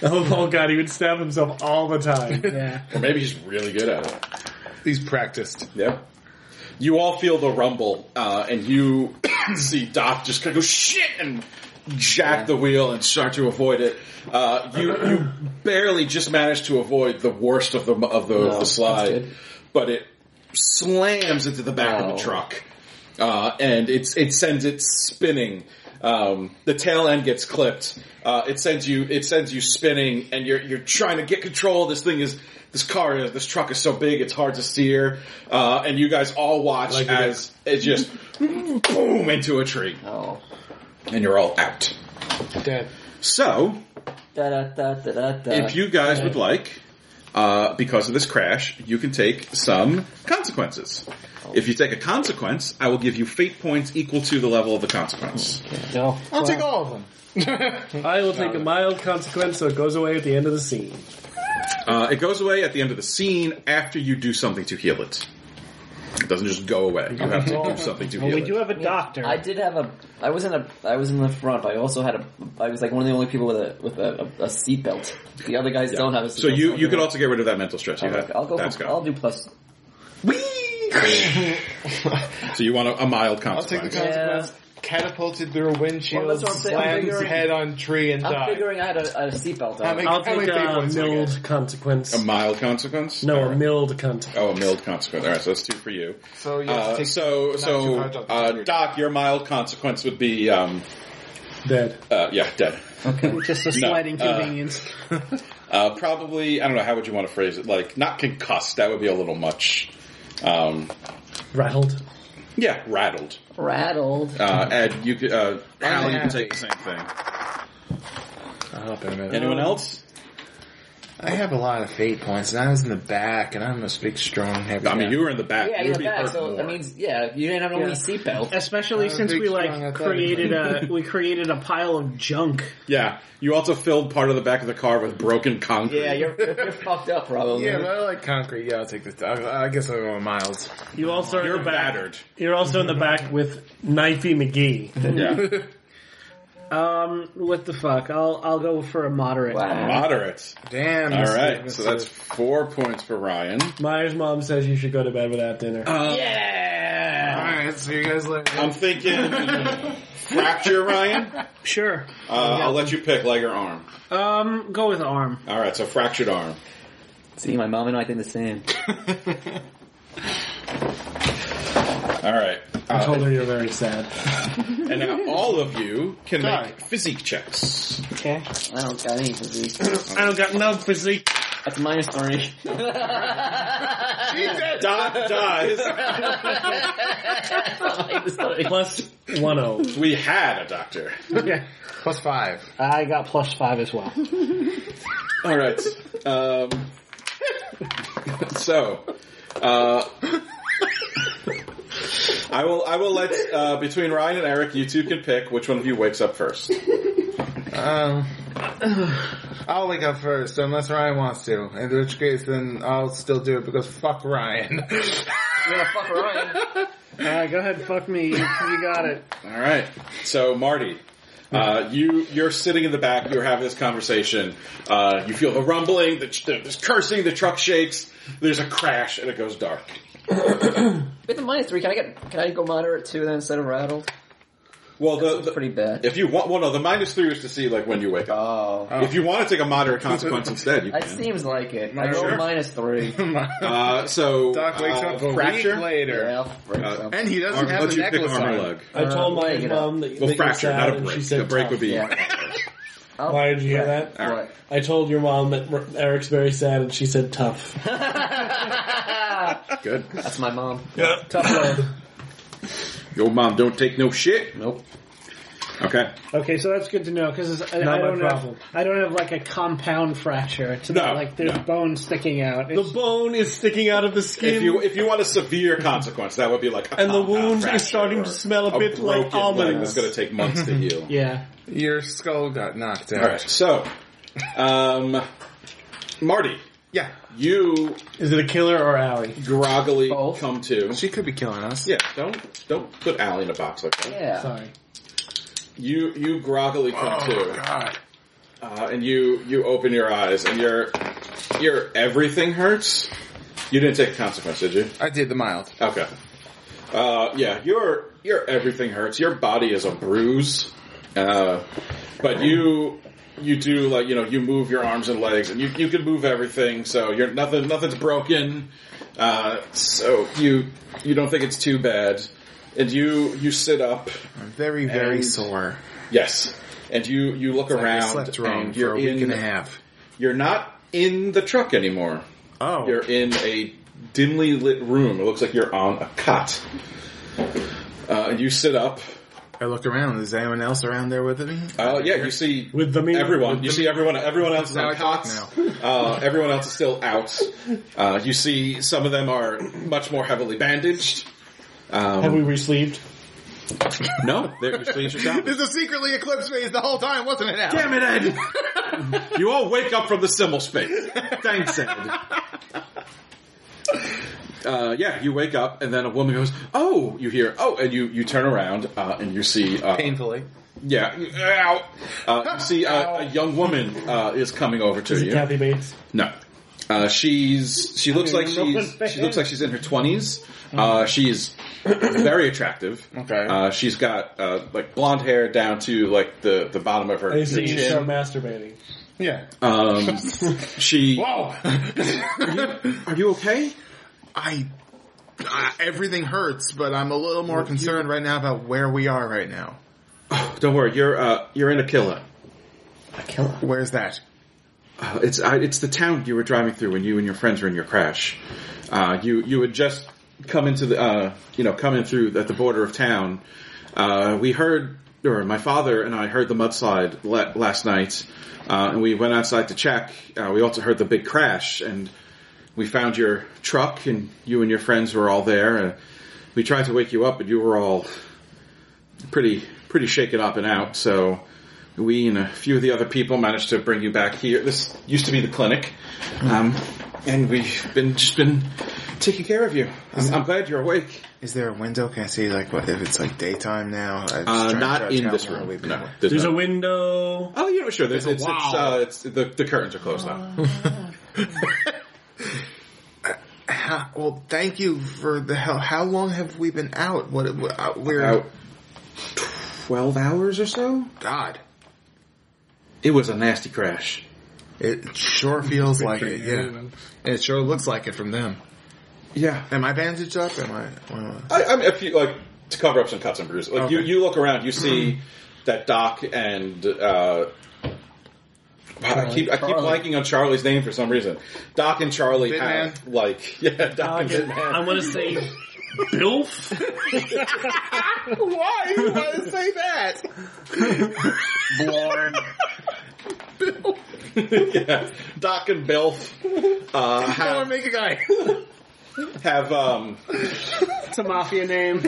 Oh, oh god, he would stab himself all the time. Yeah. Or maybe he's really good at it. He's practiced. Yep. You all feel the rumble, uh, and you *coughs* see Doc just kind of go shit and jack the wheel and start to avoid it. Uh, you you barely just manage to avoid the worst of the of the, No, the that's slide, good. but it slams into the back of Wow. the truck, uh, and it's it sends it spinning. Um, the tail end gets clipped. Uh, it sends you it sends you spinning, and you're you're trying to get control. This thing is this car is this truck is so big it's hard to steer, uh, and you guys all watch as it just boom into a tree, Oh, and you're all out. Dead. So Da da da da da da. if you guys would like, uh, because of this crash, you can take some consequences. If you take a consequence, I will give you fate points equal to the level of the consequence. no. I'll take all of them. *laughs* I will take a mild consequence so it goes away at the end of the scene. Uh, it goes away at the end of the scene after you do something to heal it. It doesn't just go away. You have to do something to Well, we do heal it. have a doctor. I did have a. I was in a. I was in the front, but I also had a. I was like one of the only people with a with a, a, seatbelt. The other guys don't have a seatbelt. So you, you can could also get rid of that mental stress you have. I'll go. That's For, gone. I'll do plus. So you want a, a mild *laughs* I'll take the consequence. consequence. Catapulted through a windshield, Well, that's what I'm saying. I'm slammed his figuring- head on tree, and I'm died. figuring I had a, a seatbelt How on. many- I'll how take many fate a points do I get? milled consequence. a mild consequence? No, a milled consequence. Oh, a milled consequence. All right, so that's two for you. So you have to Uh, take so, not so, too hard, don't- uh, Doc, your mild consequence would be, um, Dead. uh, yeah, dead. Just a No, sliding uh, convenience. Uh, probably, I don't know, how would you want to phrase it? Like, not concussed, that would be a little much. Um, Rattled. yeah, rattled. rattled. Uh, Ed, you could, uh, Al, you can take the same thing. I'll help him out. Uh, Anyone else? I have a lot of fate points, and I was in the back, and I'm this big, strong, heavy. I mean, you were in the back. Yeah, you you're would be back. hurt So more. that means yeah, you didn't have only seatbelt. Especially *laughs* Uh, since big we strong, I like thought it was- created a we created a pile of junk. yeah, you also filled part of the back of the car with broken concrete. Yeah, you're, you're, you're fucked up probably. yeah, but I like concrete. Yeah, I'll take this. I, I guess I'll go with miles. You also are You're in the back. battered. You're also in the back with Knifey McGee. Yeah. *laughs* Um, what the fuck? I'll I'll go for a moderate. wow. Moderate. Damn. All Mr. right, so Mr. that's four points for Ryan. Myers' mom says you should go to bed without dinner. Uh, All right, so you guys later. I'm thinking fracture, Ryan. Sure. Uh, I'll let you pick leg or arm. Um, go with arm. All right, so fractured arm. See, my mom and I think the same. All right, I told her you're *laughs* very sad. and now all of you can Die. make physique checks. Okay. I don't got any physique. I don't got no physique. That's minus three. Dot dies. Minus three. Plus one oh. We had a doctor. Plus five. I got plus five as well. All right. Um, *laughs* so, uh, I will. I will let uh, between Ryan and Eric, you two can pick which one of you wakes up first. Um, I'll wake up first, unless Ryan wants to. In which case, then I'll still do it because fuck Ryan. *laughs* You're gonna fuck Ryan. Uh, go ahead, fuck me. You got it. All right. So Marty, uh, you you're sitting in the back. You're having this conversation. Uh, you feel the rumbling. The, the, there's cursing. The truck shakes. There's a crash, and it goes dark. With the minus three, can I get? Can I go moderate too then instead of rattled? Well, the, That's the- pretty bad. if you want, well, no, the minus three was to see like when you wake up. Oh, If you want to take a moderate consequence instead, you that can. seems like it. I go Sure. minus three. Uh, so Doc wakes uh, up a fracture. week later, Yeah, I'll break Uh, something. and he doesn't Arm- have let a you pick necklace arm on. or leg. I told Uh, my leg it mom that Well, that you're fracture, not sad, a and she break. said A break tough. would be. Yeah. *laughs* I'll- Why did you hear that? All right. I told your mom that R- Eric's very sad, and she said tough. Right. Good. That's my mom. tough love. Yo, mom, don't take no shit. Nope. Okay. Okay, so that's good to know because I, Not I my don't have problem. I don't have like a compound fracture. It's No, not like there's no. bones sticking out. The It's, bone is sticking out of the If skin, you if you want a severe consequence, that would be like a and the compound wound fracture is starting or to smell a bit like broken leg That's almonds. going to take months to heal. *laughs* yeah, Your skull got knocked out. All right. So, um, Marty, Yeah, you Is it a killer or Allie? groggily Both. come to. she could be killing us. Yeah, don't don't put Allie in a box like that. Yeah. Sorry. You you groggily come Oh to, god. uh, and you you open your eyes, and your your everything hurts. You didn't take consequence, did you? I did the mild. Okay. Uh, yeah, your your everything hurts. Your body is a bruise, uh, but you you do like you know you move your arms and legs, and you you can move everything. So you're nothing nothing's broken. Uh, so you you don't think it's too bad, and you you sit up. I'm very, very And- sore. Yes, and you you look I around. slept wrong and for you're a week in and a half. you're not in the truck anymore. Oh, You're in a dimly lit room. It looks like you're on a cot. Uh, and you sit up. I look around. Is anyone else around there with me? Uh, yeah, you see With the meat. everyone. You see everyone. Everyone else is Now on I talk cots. Uh, everyone else is still out. Uh, you see some of them are much more heavily bandaged. Have Um, we resleeved? no, they're your sleeves are down. This is secretly Eclipse Phase the whole time, wasn't it? Al? Damn it, Ed! you all wake up from the simul space. Thanks, Ed. Uh, yeah, you wake up, and then a woman goes, "Oh!" You hear, "Oh!" and you you turn around, uh, and you see, uh, Painfully. yeah, ow. Uh, *laughs* you see, uh, a young woman uh, is coming over to Is it you. Kathy Bates? No. Uh, she's she looks like she's she looks like she's in her twenties. Mm-hmm. Uh, she's very attractive. Okay. Uh, she's got uh, like blonde hair down to like the, the bottom of her, I her see you chin. start masturbating. Yeah. *laughs* Um, she Whoa. are you okay? *laughs* I. Uh, everything hurts, but I'm a little more concerned right now about where we are right now. Oh, don't worry, you're uh, you're in Aquila. A killer. Where's that? Uh, it's I, it's the town you were driving through when you and your friends were in your crash. Uh, you you had just come into the uh, you know coming through at the border of town. Uh, we heard, or my father and I heard the mudslide la- last night, uh, and we went outside to check. Uh, we also heard the big crash, and we found your truck, and you and your friends were all there. Uh, we tried to wake you up, but you were all pretty pretty shaken up and out. So we and a few of the other people managed to bring you back here. This used to be the clinic, um, and we've been just been taking care of you. I'm, I'm glad you're awake. Is there a window? Can I see like what if it's like daytime now? I was trying Uh, to not judge in how this long room. we've been No, away. there's There's no- a window. Oh, you know, sure. There's, There's it's, a it's, wall. uh, it's the, the curtains are closed now. Ha- well, thank you for the help. How long have we been out? What uh, we're About twelve hours or so. God. It was a nasty crash. It sure feels like it. Yeah, it sure looks like it from them. Yeah, Am I bandaged up? Am I? well, I, I'm if you like to cover up some cuts and bruises. Like you, Okay. you look around, you see that Doc and uh, I keep I keep blanking on Charlie's name for some reason. Doc and Charlie Big have like *laughs* yeah, Doc and Big Man. I'm gonna say Bilf. *laughs* Why you want to say that? yeah, *laughs* Doc and Bill uh, have, make a guy. *laughs* have um it's a mafia *laughs* name.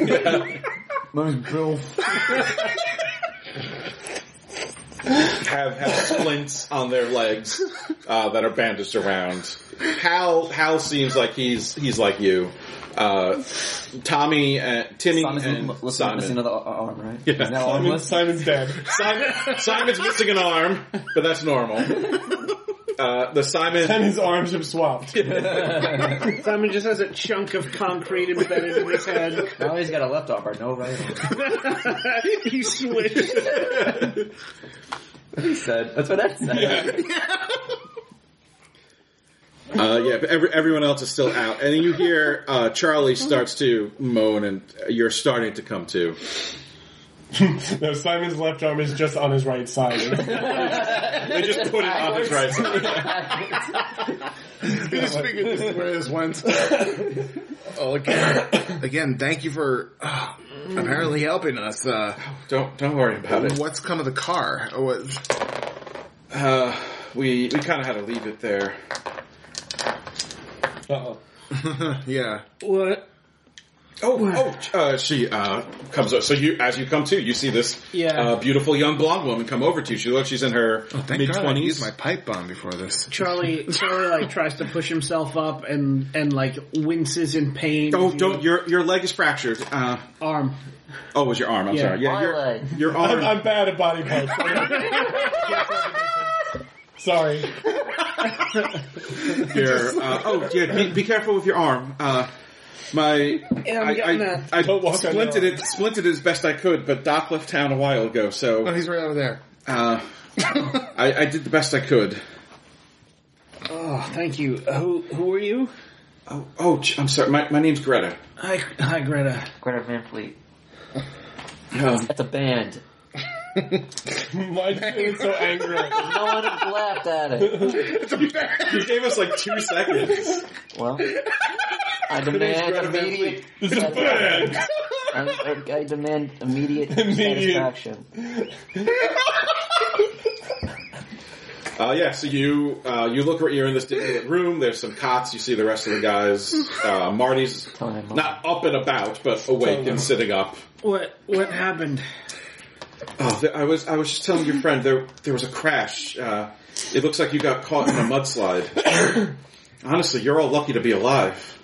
have, have splints on their legs uh, that are bandaged around. Hal Hal seems like he's he's like you. Uh, Tommy, and, Timmy, Simon's and l- listening Simon. to another ar- arm, right? Yeah. He's now *laughs* armless. Simon's dead. Simon, Simon's missing an arm, but that's normal. Uh, the And Simon, his arms have *laughs* swapped. Simon just has a chunk of concrete embedded in his head. Now he's got a left arm, but no right arm. *laughs* he switched. He said, that's what Ed said. uh, yeah, but every, everyone else is still out, and then you hear uh, Charlie starts to moan, and you're starting to come to. *laughs* no, Simon's left arm is just on his right side. They just put it on his right side. We just figured *laughs* this is where this went. oh, again, again, thank you for. ah, apparently helping us. Uh, *laughs* Don't don't worry about it. what's come of the car? What, Uh, we we kind of had to leave it there. Uh-oh. yeah. What? Oh, oh, uh, she uh, comes up. So you, as you come to, you see this Yeah. uh, beautiful young blonde woman come over to you. She looks, she's in her Oh, Thank mid God I didn't use twenties. my pipe bomb before this. Charlie Charlie like tries to push himself up and and like winces in pain. Oh, Mm-hmm. don't your your leg is fractured. Uh, arm. oh, it was your arm? I'm Yeah. sorry. Yeah, My your leg. *laughs* your I'm, arm. I'm bad at body *laughs* parts. Sorry. your uh, oh, yeah. Be, be careful with your arm. Uh, my Yeah, I'm I, getting I, that. I Don't walk on your splinted arm. it splinted it as best I could, but Doc left town a while ago, Oh, so he's right over there. uh, I, I did the best I could. Oh, thank you. Who who are you? Oh, oh, ch- I'm sorry. My my name's Greta. Hi hi Greta. Greta Van Fleet. Um, *laughs* That's a band. *laughs* Why are you so angry? No one laughed at it. you gave us like two seconds. Well, *laughs* I demand Greta Van immediate. This is bad. I, I demand *laughs* immediate, Immediate. satisfaction. Uh, yeah, so you uh, you look. You're in this different room. There's some cots. You see the rest of the *laughs* guys. Uh, Marty's Time. not up and about, but awake and sitting up. What what happened? Oh, th- I was I was just telling your friend there there was a crash. Uh, it looks like you got caught in a mudslide. *coughs* Honestly, you're all lucky to be alive.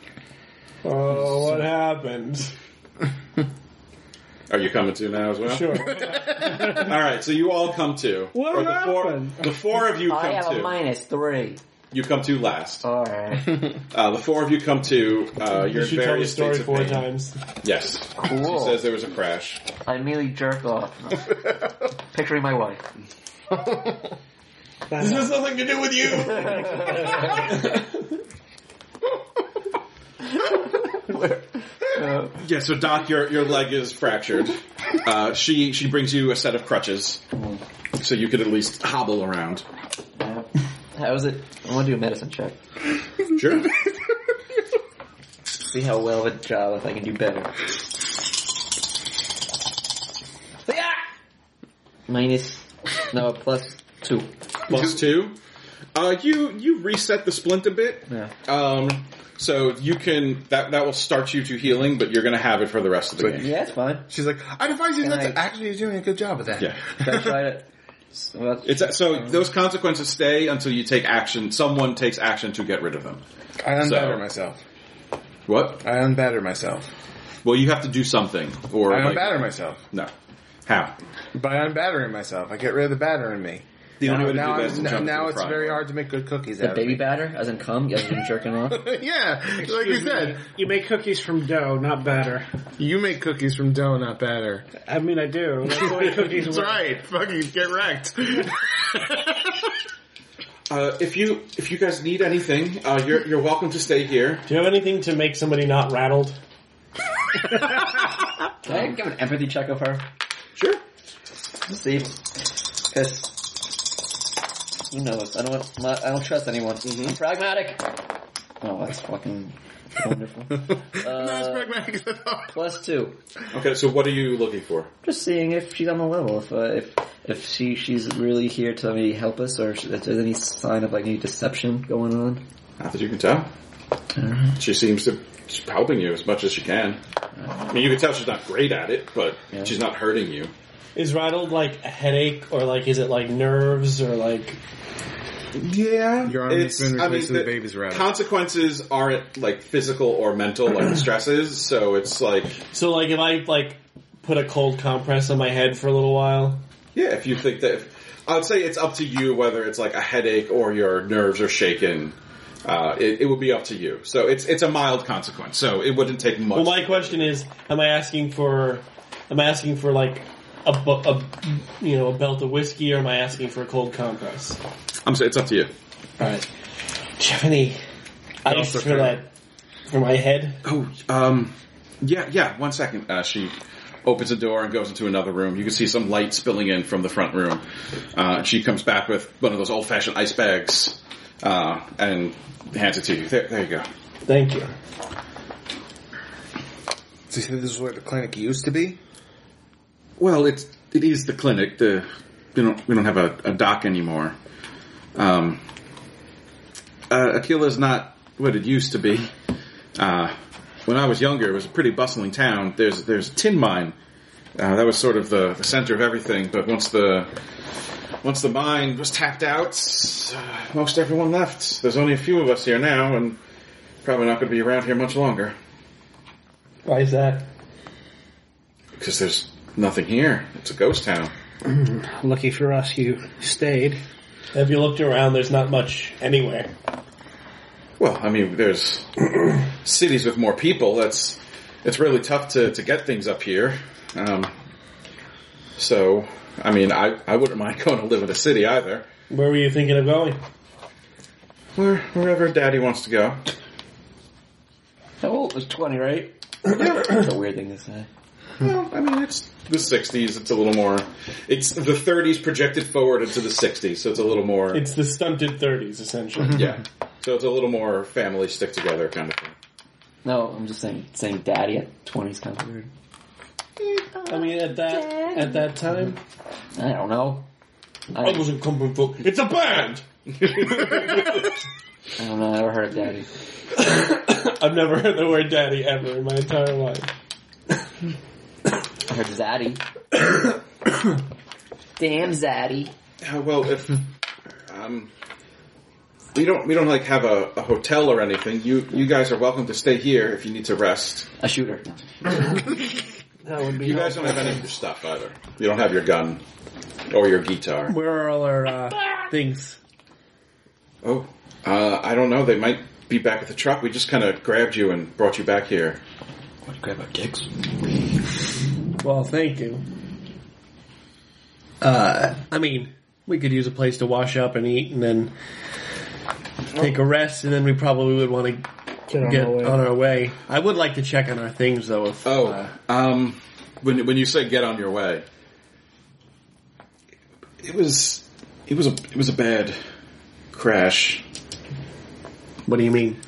Oh, what happened? Are you coming to now as well? Sure. All right, so you all come to. What the four, happened? the four of you I come have to. a minus three. You come to last. *laughs* Alright. Uh, the four of you come to uh, your You should tell the various story states of four pain. times. Yes. She Cool. says there was a crash. I merely *laughs* jerked off. Picturing my wife. *laughs* This has nothing to do with you. *laughs* Yeah, so Doc, your your leg is fractured. Uh, she she brings you a set of crutches, so you could at least hobble around. Uh, How is it? I want to do a medicine check. Sure. See how well of a job if I can do better. Yeah! Minus, no, plus two. Plus two. Uh, you you reset the splint a bit. Yeah. Um, so you can that that will start you to healing, but you're going to have it for the rest of the game. Yeah, that's fine. She's like, I advise you Can not to. I- Actually, you're doing a good job of that. Yeah. Should I try to? Well, *laughs* It's so those consequences stay until you take action. Someone takes action to get rid of them. I unbatter So- myself. What? I unbatter myself. Well, you have to do something, or I like- unbatter myself. No. How? By unbattering myself, I get rid of the batter in me. The only now, way to now do that I'm- is to now- jump now to the it's front. very hard to make good cookies the out baby of me. batter, as in cum, you guys been jerking off. *laughs* yeah, like we Excuse said, me. You make cookies from dough, not batter. you make cookies from dough, not batter. I mean I do. That's *laughs* the way cookies That's work. right. Fucking get wrecked. Uh, if you if you guys need anything, uh, you're you're welcome to stay here. Do you have anything to make somebody not rattled? Can I give an empathy check of her? Sure. Let's See, because you know, I don't, want, I'm not- I don't trust anyone. I'm pragmatic. Oh, that's fucking wonderful. *laughs* Not Uh, *laughs* as pragmatic as I thought. Plus two. Okay, so what are you looking for? Just seeing if she's on the level. If uh, if if she she's really here to maybe help us, or if there's any sign of like any deception going on. Not that you can tell. Mm-hmm. She seems to she's helping you as much as she can. I mean, you can tell she's not great at it, but Yeah. she's not hurting you. Is rattled like a headache or like is it like nerves or like Yeah, Your arm has been replaced with a baby's rattle. Consequences aren't like physical or mental, like the stresses. So it's like, so like if I like put a cold compress on my head for a little while? yeah, if you think that, if, I would say it's up to you whether it's like a headache or your nerves are shaken. Uh, it, it would be up to you. So it's it's a mild consequence. So it wouldn't take much. Well, my question is, am I asking for, am I asking for like a, bu- a you know, a belt of whiskey, or am I asking for a cold compress? I'm sorry, it's up to you. All right, do you have any ice also for that for my head? Oh, um, yeah, yeah. One second. Uh, she opens a door and goes into another room. You can see some light spilling in from the front room. Uh, she comes back with one of those old-fashioned ice bags uh, and hands it to you. There, there you go. Thank you. So you said this is where the clinic used to be? Well, it's it is the clinic. The we don't we don't have a, a doc anymore. Um, uh, Aquila's not what it used to be. Uh, when I was younger, it was a pretty bustling town. There's there's a tin mine. Uh, that was sort of the, the center of everything. But once the once the mine was tapped out, uh, most everyone left. There's only a few of us here now, and probably not going to be around here much longer Why is that? because there's nothing here. It's a ghost town. Lucky for us, you stayed. Have you looked around? There's not much anywhere. Well, I mean, there's cities with more people. That's it's really tough to, to get things up here. Um, so, I mean, I, I wouldn't mind *laughs* going to live in a city either. Where were you thinking of going? Where, wherever Daddy wants to go. How old was 20, right? That's a weird thing to say. Well, I mean, it's the '60s. It's a little more. It's the '30s projected forward into the '60s, so it's a little more. It's the stunted 30s, essentially. yeah, so it's a little more family stick together kind of thing. No, I'm just saying, saying daddy at 20 is kind of weird. Mm-hmm. I mean, at that at that time, I don't know. I, I wasn't coming for. It's a band. *coughs* I don't know, I never heard of daddy. I've never heard the word "daddy" ever in my entire life. I heard zaddy. *coughs* Damn zaddy. Yeah, well, if um, we don't we don't like have a, a hotel or anything. You you guys are welcome to stay here if you need to rest. A shooter. That would be You guys don't have any of your stuff either. You don't have your gun or your guitar. Where are all our *coughs* uh, things? Oh, uh, I don't know. They might be back at the truck. We just kind of grabbed you and brought you back here. What, grab our dicks? Well, thank you. Uh, I mean, we could use a place to wash up and eat, and then take a rest, and then we probably would want to Get on get our way. on our way. I would like to check on our things, though. If Oh, uh, um, when when you say get on your way, it was it was a it was a bad crash. what do you mean?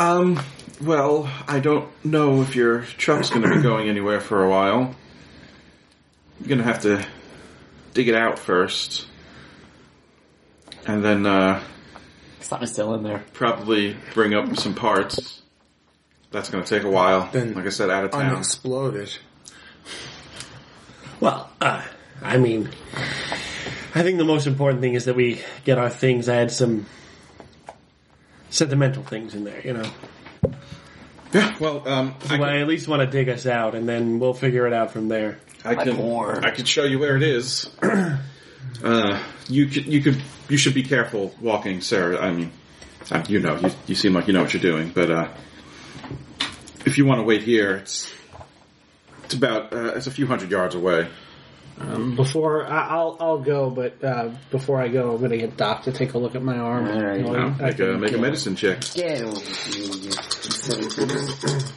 Um, well, I don't know if your truck's going to *clears throat* be going anywhere for a while. You're going to have to dig it out first. And then, uh, Something's still in there. probably bring up some parts. That's going to take a while. Then- like I said, out of town. Unexploded. Well, uh, I mean, I think the most important thing is that we get our things. I had some sentimental things in there, you know. Yeah, well, um, I Well, I can, at least want to dig us out, and then we'll figure it out from there. I can, poor. I can show you where it is. *clears throat* uh, you could, you could, you should be careful walking, Sarah. I mean, uh, you know, you, you seem like you know what you're doing, but, uh, if you want to wait here, it's, it's about, uh, it's a few hundred yards away. Before I, I'll I'll go, but uh, before I go, I'm gonna get Doc to take a look at my arm. All right. No, No, I make a, can- make a medicine check. Get over here, you silly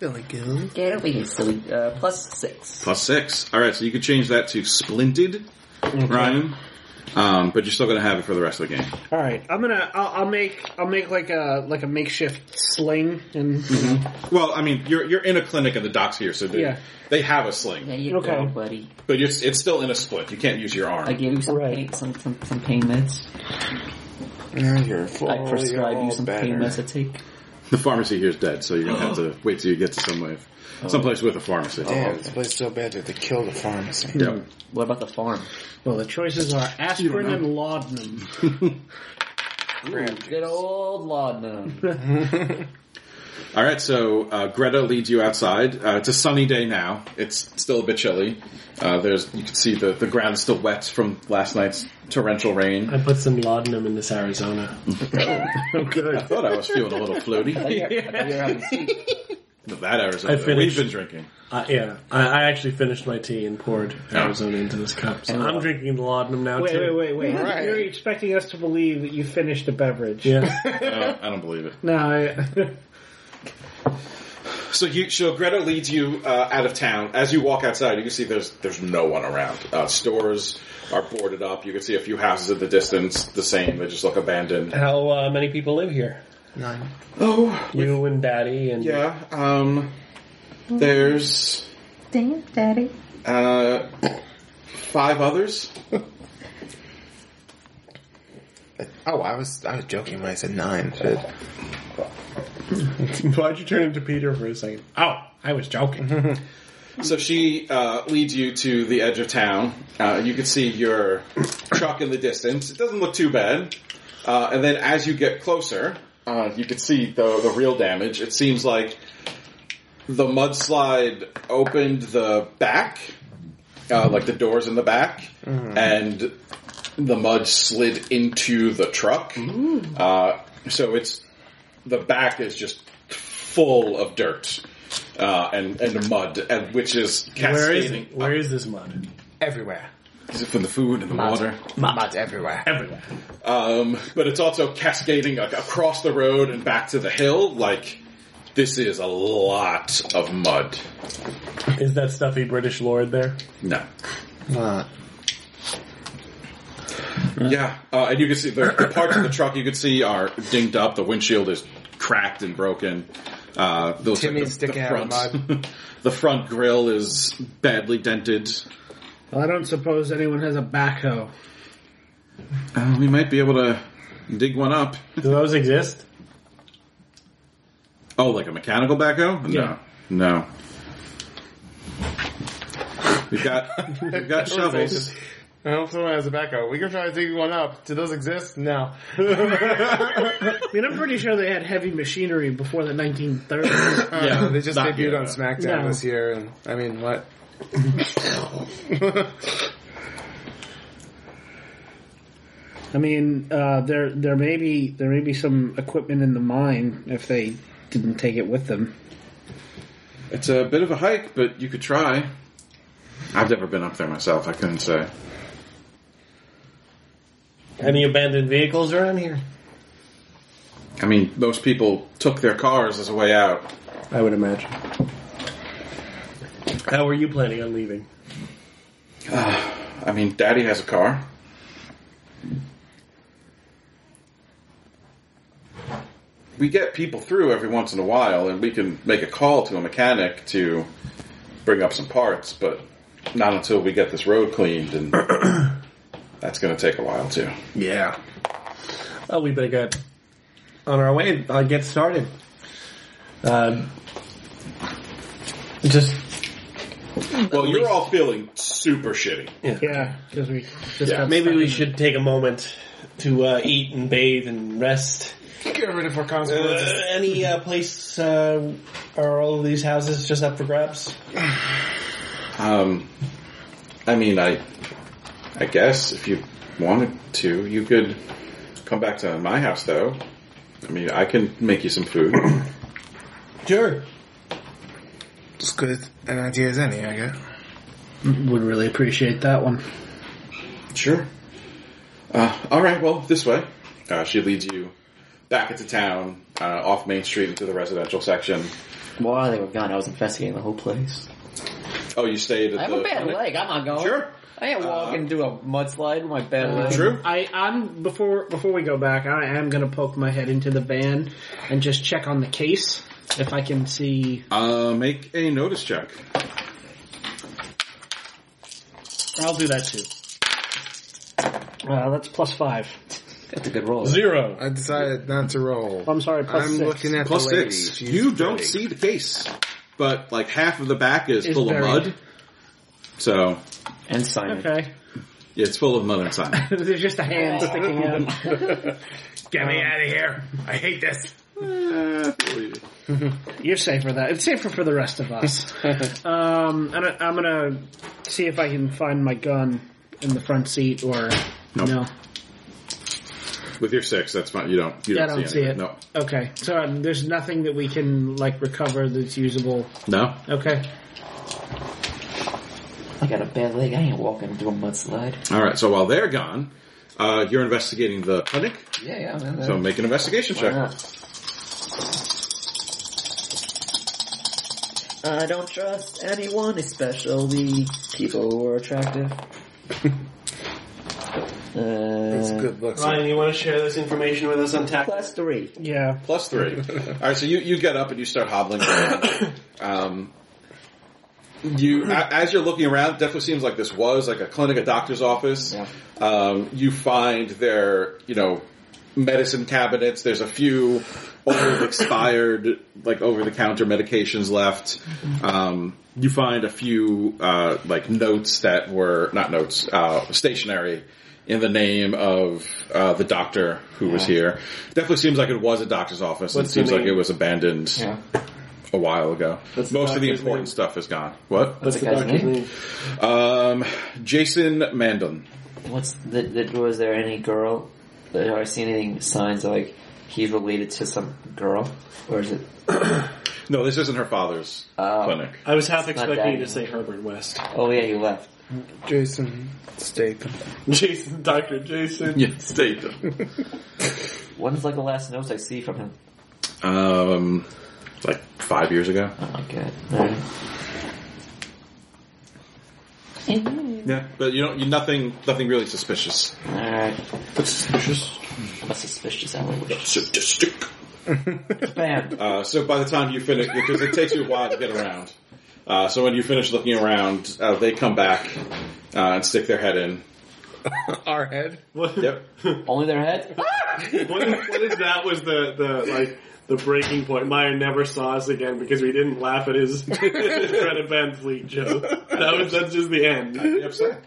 Billy Goon. Get over here, silly. Uh, plus six. Plus six. Alright, so you could change that to splinted, Ryan. Um, but you're still gonna have it for the rest of the game. All right, I'm gonna I'll, I'll make I'll make like a like a makeshift sling and Well, I mean, you're, you're in a clinic and the doc's here, so they, Yeah. they have a sling. There you Okay. go, buddy. But it's, it's still in a split. You can't use your I arm. gave you some Right. pain, some, some, some pain meds. I Oh, prescribed you some pain meds to take. The pharmacy here is dead, so you're gonna have Oh. to wait till you get to some way, someplace with a pharmacy. Damn, this place is so bad that they killed the pharmacy. Yep. What about the farm? well the choices are aspirin and laudanum. Good old laudanum. All right, so uh, Greta leads you outside. Uh, it's a sunny day now. It's still a bit chilly. Uh, there's you can see the the ground's still wet from last night's torrential rain. I put some laudanum in *laughs* this Arizona. I thought I was feeling a little floaty. *laughs* that Arizona I we've finished. been drinking. Uh, yeah, I, I actually finished my tea and poured Arizona into this cup. So I'm drinking the laudanum now Wait too. wait wait wait! Right. You're expecting us to believe that you finished a beverage? Yeah, *laughs* I don't, I don't believe it. No, I, *laughs* So you, so Greta leads you uh, out of town. As you walk outside, you can see there's there's no one around. Uh, stores are boarded up. You can see a few houses in the distance, the same. They just look abandoned. how uh, many people live here? Nine. Oh, You and Daddy and yeah. Um, there's Damn, Daddy. uh, five others. Oh, I was I was joking when I said nine. But *laughs* Why'd you turn into Peter for a second? Oh, I was joking. So she uh, leads you to the edge of town. Uh, you can see your truck in the distance. It doesn't look too bad. Uh, and then as you get closer, uh, you can see the, the real damage. It seems like the mudslide opened the back, uh, like the doors in the back, Mm-hmm. and the mud slid into the truck. Uh, so it's the back is just full of dirt uh, and and mud, and which is Where is cascading. it? Where is this mud? everywhere, Is it from the food and the water? mud everywhere. Everywhere. Um, but it's also cascading like, across the road and back to the hill. Like this is a lot of mud. Is that stuffy British lord there? No. Uh, Yeah, uh, and you can see the, the parts of the truck you can see are dinged up. The windshield is cracked and broken. Uh, those Timmy's sticking out of front, *laughs* the front grill is badly dented. Well, I don't suppose anyone has a backhoe. Uh, we might be able to dig one up. *laughs* Do those exist? Oh, like a mechanical backhoe? No, Yeah. no. We've got we've *laughs* got shovels. I hope someone has a backhoe. We can try to dig one up. Do those exist? *laughs* No. I mean, I'm pretty sure they had heavy machinery before the 1930s. Yeah, they just not debuted yet. on SmackDown No. this year, and I mean, what? I mean, uh, there there may be there may be some equipment in the mine if they didn't take it with them. It's a bit of a hike, but you could try. I've never been up there myself. I couldn't say. Any abandoned vehicles around here? I mean, most people took their cars as a way out. I would imagine. How are you planning on leaving? I mean, Daddy has a car. We get people through every once in a while, and we can make a call to a mechanic to bring up some parts, but not until we get this road cleaned, and *clears throat* that's going to take a while too. Yeah. Oh, we better get on our way. I'll get started. Uh, just uh, Well, you're all feeling super shitty. Yeah, because we just Yeah. got maybe stuck we in- should take a moment to uh, eat and bathe and rest. Get rid of our Uh, consequences. any uh, place uh, are all of these houses just up for grabs? Um, I mean, I, I guess if you wanted to, you could come back to my house, though. I mean, I can make you some *clears throat* food. Sure. As good an idea as any, I guess. would really appreciate that one. sure. Uh, all right. Well, this way. Uh, she leads you back into town, uh, off Main Street into the residential section. While they were gone, I was investigating the whole place. Oh, you stayed at I have the a bad leg. I'm not going. Sure. Uh, I ain't walking through a mudslide with my bad leg. True. I, I'm before before we go back. I am going to poke my head into the van and just check on the case if I can see. Uh, make a notice check. I'll do that too. Uh, that's plus five. That's a good roll. Zero. I decided not to roll. Oh, I'm sorry, plus I'm six. looking at Plus the lady. six. She's You don't pretty. see the case, but like half of the back is, Is full of buried. mud. So And Simon. Okay, *laughs* yeah, it's full of mud *laughs* inside. there's just a hand sticking out. Um, Get me out of here. I hate this. Uh, You're safer that. It's safer for the rest of us. um, and I, I'm gonna see if I can find my gun in the front seat or Nope. no. With your six, that's fine. You don't. You Yeah, I don't, don't see anything. it. Okay, so um, there's nothing that we can like recover that's usable. No, no. Okay. I got a bad leg. I ain't walking through a mudslide. All right. So while they're gone, uh, you're investigating the clinic. Yeah, yeah, man. So make an investigation Why check. not? I don't *laughs* trust anyone, especially people who are attractive. That's good looks. Ryan, you want to share this information with us on tackle? Plus three. Yeah. Plus three. All right, so you, you get up and you start hobbling around. Um, you a- as you're looking around, it definitely seems like this was like a clinic, a doctor's office. Um, you find their you know medicine cabinets. There's a few old expired like over the counter medications left. Um, you find a few uh, like notes that were not notes, uh, stationary in the name of uh, the doctor who was here. Definitely seems like it was a doctor's office. and it What's the seems like name? it was abandoned a while ago. What's the Most of the doctor's important name? stuff is gone. What? What's the guy's name? Um, Jason Mandon. What's the, the, was there any girl? Or I see any signs of like he's related to some girl, or is it? No, this isn't her father's Oh. clinic. I was half It's not expecting you that. to say Herbert West. *laughs* Oh yeah, you left. Jason Statham. Jason, Dr. Jason. Yeah, state them. When's like the last notes I see from him? um, like five years ago. Oh my god. Alright. Yeah, but you don't. You nothing. Nothing really suspicious. Alright. That's suspicious. I'm a suspicious hour. Sadistic. Bam. Uh, so by the time you finish, because it takes you a while to get around. Uh, so when you finish looking around, uh, they come back uh, and stick their head in. Our head. What, Yep. Only their head? what, if, what if that was the, the like the breaking point? Meyer never saw us again because we didn't laugh at his, *laughs* his Greta Van Fleet joke. That was that's just the end. *laughs* Yep, sir.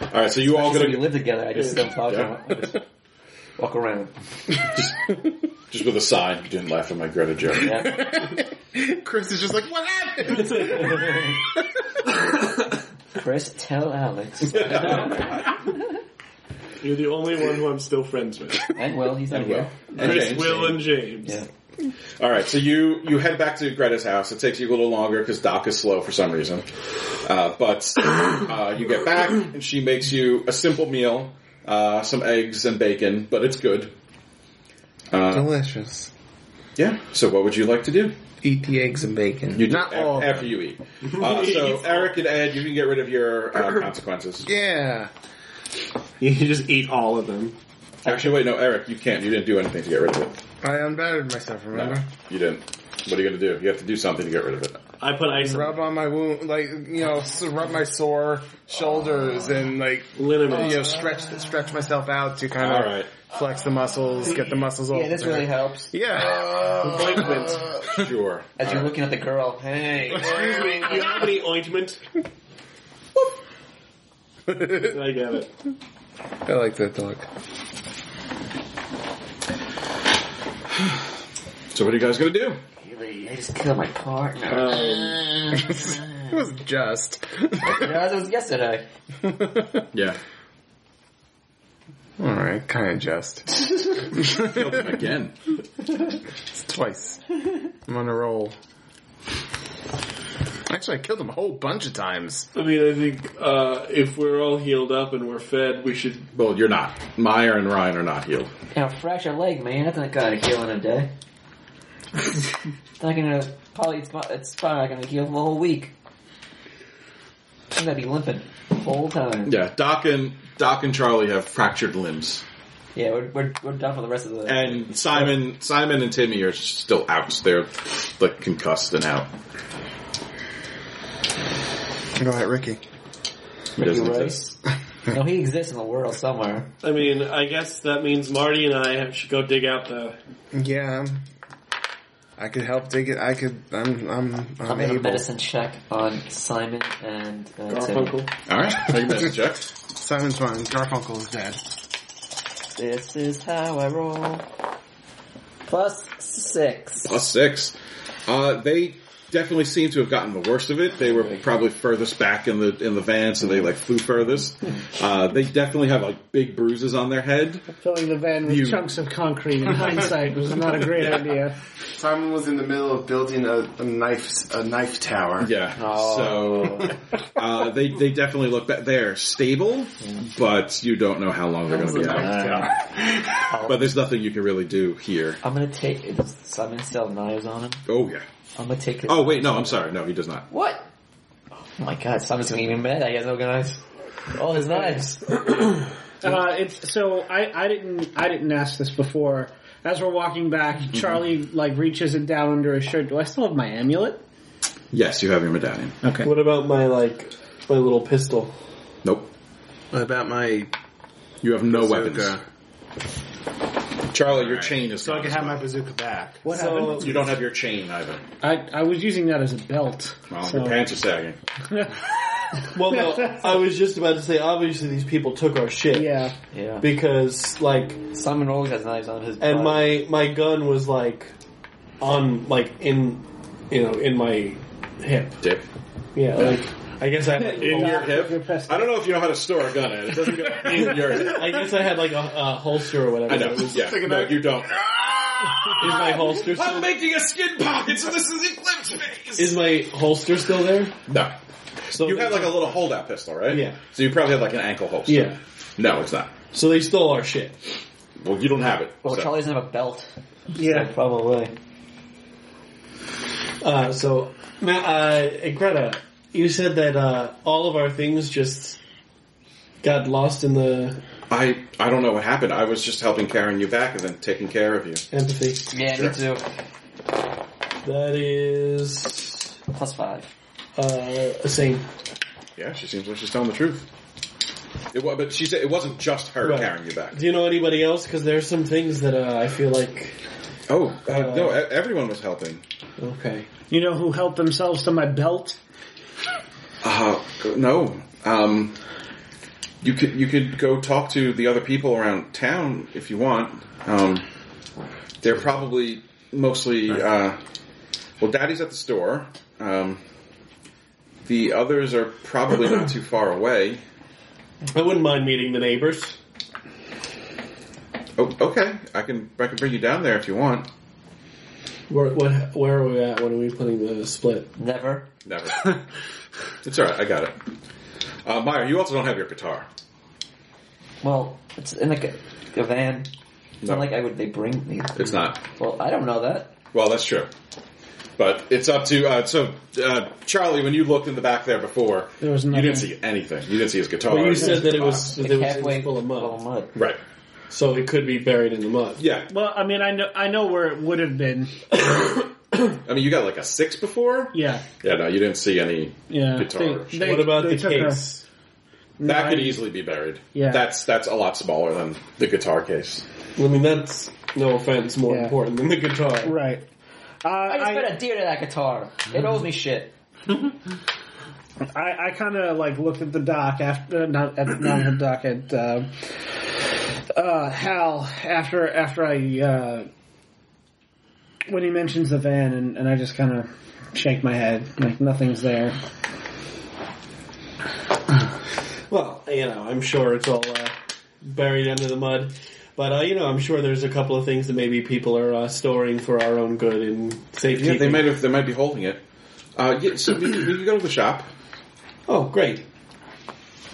All right, so you all *laughs* All gonna we live together. I just don't talk to him. I just *laughs* walk around. just with a sign. You didn't laugh at my Greta joke. Yeah. Chris is just like, what happened? Chris, tell *laughs* Alex. You're the only one who I'm still friends with. And Will, he's not Well, here. and Chris, James. Will, and James. Yeah. All right, so you you head back to Greta's house. It takes you a little longer because Doc is slow for some reason. Uh, but uh, you get back, and she makes you a simple meal, uh, some eggs and bacon, but it's good. Uh, Delicious. yeah. So what would you like to do? Eat the eggs and bacon. You do Not af- all. of them. after you eat. Uh, *laughs* so Eric and Ed, you can get rid of your uh, consequences. Yeah. You can just eat all of them. Actually, wait, no, Eric, you can't. You didn't do anything to get rid of it. I unbattered myself, No, remember? you didn't. What are you going to do? You have to do something to get rid of it. I put ice on Rub on my wound, like, you know, s- rub my sore shoulders and like, liniment. you know, stretch stretch myself out to kind All of right. flex the muscles, get the muscles off. Yeah, this really helps. Yeah. *laughs* Ointment. Sure. As you're looking at the girl, hey. *laughs* Excuse me. Do you have any ointment? I get it. I like that dog. So what are you guys going to do? Really, I just killed my partner. Um, it was just. *laughs* You know, as it was yesterday. Yeah. Alright, kind of just. Again. It's twice. I'm on a roll. Actually, I killed him a whole bunch of times. I mean, I think uh, if we're all healed up and we're fed, we should. Well, you're not. Meyer and Ryan are not healed. You know, fracture leg, man. That's not gonna heal in a day. it's not gonna probably. It's, not- it's probably not gonna heal for a whole week. I'm gonna be limping the whole time. Yeah, Doc and Doc and Charlie have fractured limbs, Yeah, we're, we're, we're done for the rest of the. and Simon, Simon and Timmy are still out. They're like concussed and out. Go ahead, Ricky. Ricky doesn't Rice. no, he exists in the world somewhere. I mean, I guess that means Marty and I have- should go dig out the. Yeah. I'm- I could help dig it. I could. I'm. I'm. I'm I'm gonna able. medicine check on Simon and uh, Timmy. Garfunkel. All right, take a medicine check. Simon's fine. Garfunkel is dead. This is how I roll. Plus *laughs* six. Plus six. Uh, they definitely seem to have gotten the worst of it. They were probably furthest back in the in the van, so they like flew furthest. Uh, they definitely have like big bruises on their head. Filling the van with You- chunks of concrete in hindsight was not a *laughs* great idea. Simon was in the middle of building a, a knife a knife tower. *laughs* Yeah. Oh. So uh, they they definitely look ba- they're stable, but you don't know how long they're going to be out. *laughs* But there's nothing you can really do here. I'm gonna take. Does Simon still have knives on him? Oh yeah. I'm gonna take. His, Oh wait, no, I'm sorry. No, he does not. What? Oh my god, Simon's gonna get me mad. I guess organized. All his knives. Uh, it's so I, I didn't I didn't ask this before. As we're walking back, Mm-hmm. Charlie like reaches it down under his shirt. Do I still have my amulet? Yes, you have your medallion. Okay. What about my like my little pistol? Nope. What about my You have no bazooka? weapons. Charlie, your chain is So I gone. can have my bazooka back. What So- happened? You don't have your chain either. I, I was using that as a belt. Well, so- your pants are sagging. Well, no, I was just about to say. Obviously, these people took our shit. Yeah. Yeah. Because like, Simon always has knives on his. and butt. my my gun was like on like in you know in my hip. Dick. Yeah. Like I guess I *laughs* had, In your Your hip? pest- I don't know if you know how to store a gun in. It doesn't go *laughs* in your hip. I guess I had like a, a holster or whatever. I know. It Ah! was- Yeah. No, you don't. Is my holster still? making a skin pocket, so this is Eclipse face! Is my holster still there? No. So You have like a little holdout pistol, right? Yeah. So you probably have like an ankle holster. yeah. No, it's not. So they stole our shit. Well, you don't have it. Oh, Well, so. Charlie doesn't have a belt. Yeah. Probably. Uh, so, Ma- uh, Greta, you said that uh, all of our things just got lost in the I I don't know what happened. I was just helping carrying you back and then taking care of you. empathy. Yeah, me too. That is Plus five. uh, a same. Yeah, she seems like she's telling the truth. It was, but she said it wasn't just her Right. carrying you back. Do you know anybody else? Because there's some things that uh, I feel like Oh uh, no, e- everyone was helping. okay. You know who helped themselves to my belt? Uh, no, um, you could you could go talk to the other people around town if you want. Um, they're probably mostly. Uh, well, Daddy's at the store. Um, the others are probably not too far away. I wouldn't mind meeting the neighbors. Oh, okay, I can I can bring you down there if you want. Where what, where are we at? When are we putting the split? Never. Never. it's all right. I got it. Uh, Meyer, you also don't have your guitar. Well, it's in like a, a van. It's No. not like I would. They bring me. It's not. Well, I don't know that. Well, that's true. But it's up to uh, so uh, Charlie. When you looked in the back there before, There was you nothing. didn't see anything. You didn't see his guitar. But you said that it was Like that it was halfway full of full of mud, mud. right. so it could be buried in the mud. Yeah, Well, I mean, I know I know where it would have been. I mean, you got like a six before. Yeah. Yeah, no, you didn't see any. Yeah. Guitar. what about they the took her. case? That No, could I- easily be buried. Yeah. that's that's a lot smaller than the guitar case. I mean, that's no offense, more Yeah. important than the guitar. Right. Uh, I just I, spent a deer to that guitar. It owes me shit. I, I kind of like looked at the doc after not at not the doc at uh, uh, Hal after after I uh, when he mentions the van and, and I just kind of shake my head like nothing's there. Well, you know, I'm sure it's all uh, buried under the mud. But, uh, you know, I'm sure there's a couple of things that maybe people are uh, storing for our own good and safety. Yeah, they might have. They might be holding it. Uh, yeah, so we, we can go to the shop. Oh, great.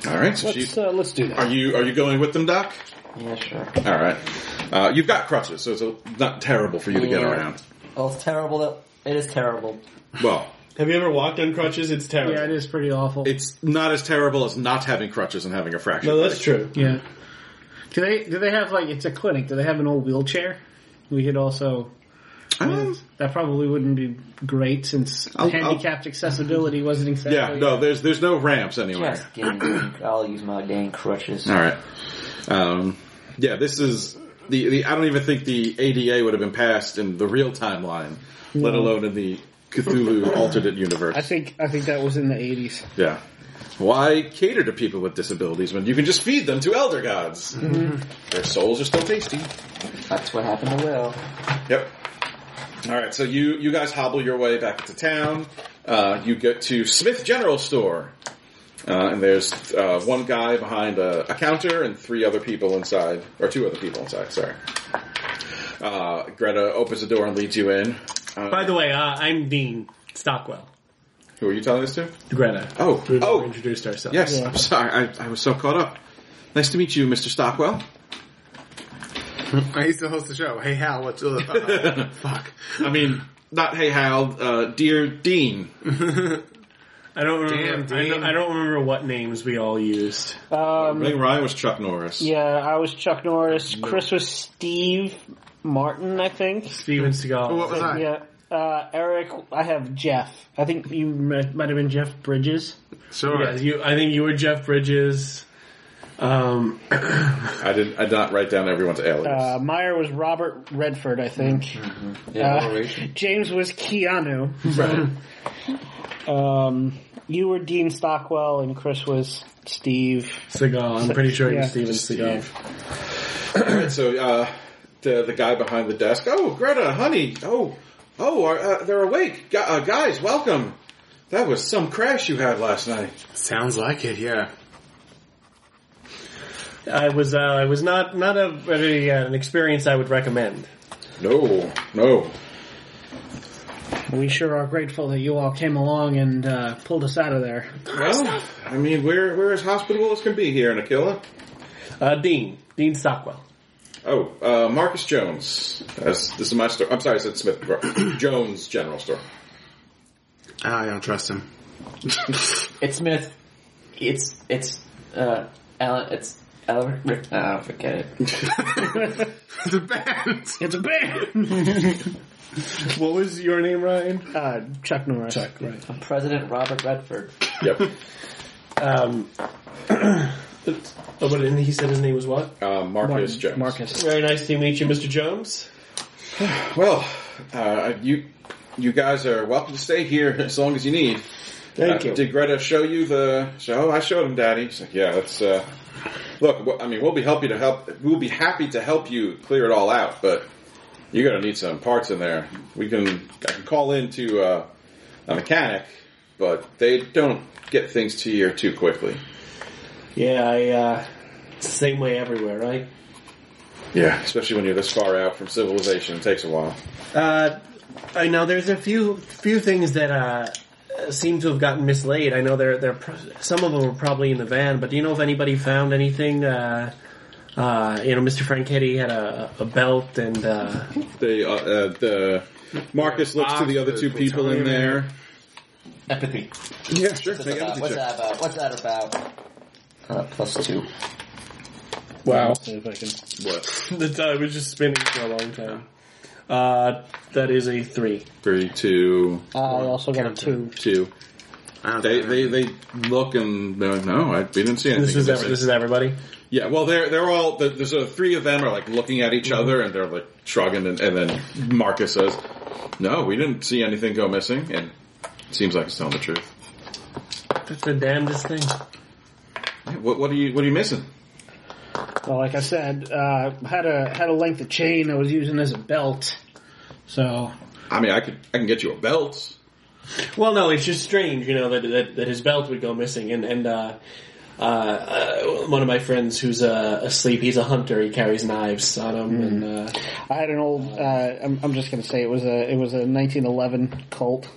All right. So she, Let's uh, let's do are that. you are you going with them, Doc? Yeah, sure. All right. Uh, you've got crutches, so it's uh not terrible for you to get Yeah. around. Oh, it's terrible. That, it is terrible. Well, Have you ever walked on crutches? It's terrible. Yeah, it is pretty awful. it's not as terrible as not having crutches and having a fracture. No, that's true. yeah. Do they do they have like it's a clinic? Do they have an old wheelchair? We could also Um, that probably wouldn't be great since I'll- handicapped accessibility wasn't exactly yeah, no, there's there's no ramps anywhere. Just give me. I'll use my dang crutches. All right. Um, yeah, this is the, the. I don't even think the ADA would have been passed in the real timeline, Hmm. let alone in the Cthulhu alternate universe. I think I think that was in the eighties. yeah. Why cater to people with disabilities when you can just feed them to elder gods? Mm-hmm. Their souls are still tasty. That's what happened to Will. Yep. All right, so you you guys hobble your way back into town. Uh, you get to Smith General Store, uh, and there's uh, one guy behind a, a counter and three other people inside, or two other people inside. Sorry. Uh, Greta opens the door and leads you in. By Uh, the way, uh, I'm Dean Stockwell. who are you telling this to? Greta. Oh, We've oh, introduced ourselves. yes. I'm sorry, I, I was so caught up. Nice to meet you, Mr. Stockwell. I used to host the show. Hey Hal, what's up? *laughs* Fuck. I mean, not hey Hal, uh, dear Dean. I don't remember. Damn, I, don't, Dean. I don't remember what names we all used. Oh. Um, I think Ryan was Chuck Norris. yeah, I was Chuck Norris. Chris was Steve Martin, I think. Steven Seagal. What was I? Yeah. Uh, Eric, I have Jeff. I think you m- might have been Jeff Bridges. Sure. Yeah, you. I think you were Jeff Bridges. Um, I didn't. I did not write down everyone's alias. Uh, Meyer was Robert Redford, I think. Yeah, Uh, alliteration. James was Keanu. right. *laughs* Um, you were Dean Stockwell, and Chris was Steve. Seagal. I'm pretty sure it was Yeah. Steven Seagal. All right, so uh, the the guy behind the desk. Oh, Greta, honey. Oh, oh, uh, they're awake. Gu- uh, guys, welcome. That was some crash you had last night. Sounds like it, yeah. I was. Uh, I was not not a, a uh, an experience I would recommend. No, no. We sure are grateful that you all came along and uh, pulled us out of there. Well, I mean, we're we're as hospitable as can be here in Aquila. Uh, Dean. Dean Stockwell. Oh, uh, Marcus Jones. That's, this is my store. I'm sorry, I said Smith Jones General Store. Ah, I don't trust him. *laughs* It's Smith. It's it's uh Alan. It's Alan. Rick- Oh, forget it. *laughs* the band. It's a *laughs* band! What was your name, Ryan? Uh, Chuck Norris. Chuck. Right. I'm Uh, President Robert Redford. *laughs* Yep. Uh, Um. *clears throat* oops. oh, but and he said his name was what? Uh, Marcus Jones. Marcus. Very nice to meet you, Mr. Jones. Well, uh, you you guys are welcome to stay here *laughs* as long as you need. Thank Uh, you. Did Greta show you the? So I showed him, Daddy. He's like, yeah, that's. Uh, look, wh- I mean, we'll be happy to help. We'll be happy to help you clear it all out, but you're gonna need some parts in there. We can. I can call in to uh, a mechanic, but they don't get things to you too quickly. Yeah, I, uh, it's the same way everywhere, right? Yeah, especially when you're this far out from civilization, it takes a while. Uh, I know there's a few few things that uh, seem to have gotten mislaid. I know they're, they're pro- some of them were probably in the van, but do you know if anybody found anything? Uh, uh, you know, Mr. Franchetti had a, a belt and uh, They, uh, uh, the Marcus looks to the other two people in there. Empathy. Yeah, sure. What's, that Make about? empathy Uh, What's check. that about? What's that about? Uh, plus Um, two. wow, What? *laughs* the time was just spinning for a long time. Uh, that is a three. Three, two, I also got a two. two. I don't They, know. they, they look and they're like, no, I, we didn't see anything. This is ev- missing." this is everybody. Yeah, well, they're they're all the, the sort of three of them are like looking at each other and they're like shrugging, and, and then Marcus says, "No, we didn't see anything go missing," and it seems like it's telling the truth. That's the damnedest thing. Hey, What, what are you what are you missing? Well, like I said, uh, had a had a length of chain I was using as a belt. So I mean, I could I can get you a belt. Well, no, it's just strange, you know, that that, that his belt would go missing, and and uh, uh, uh, one of my friends who's uh, asleep, he's a hunter. He carries knives on him, and uh, I had an old. Uh, I'm, I'm just gonna say it was a it was a 1911 Colt.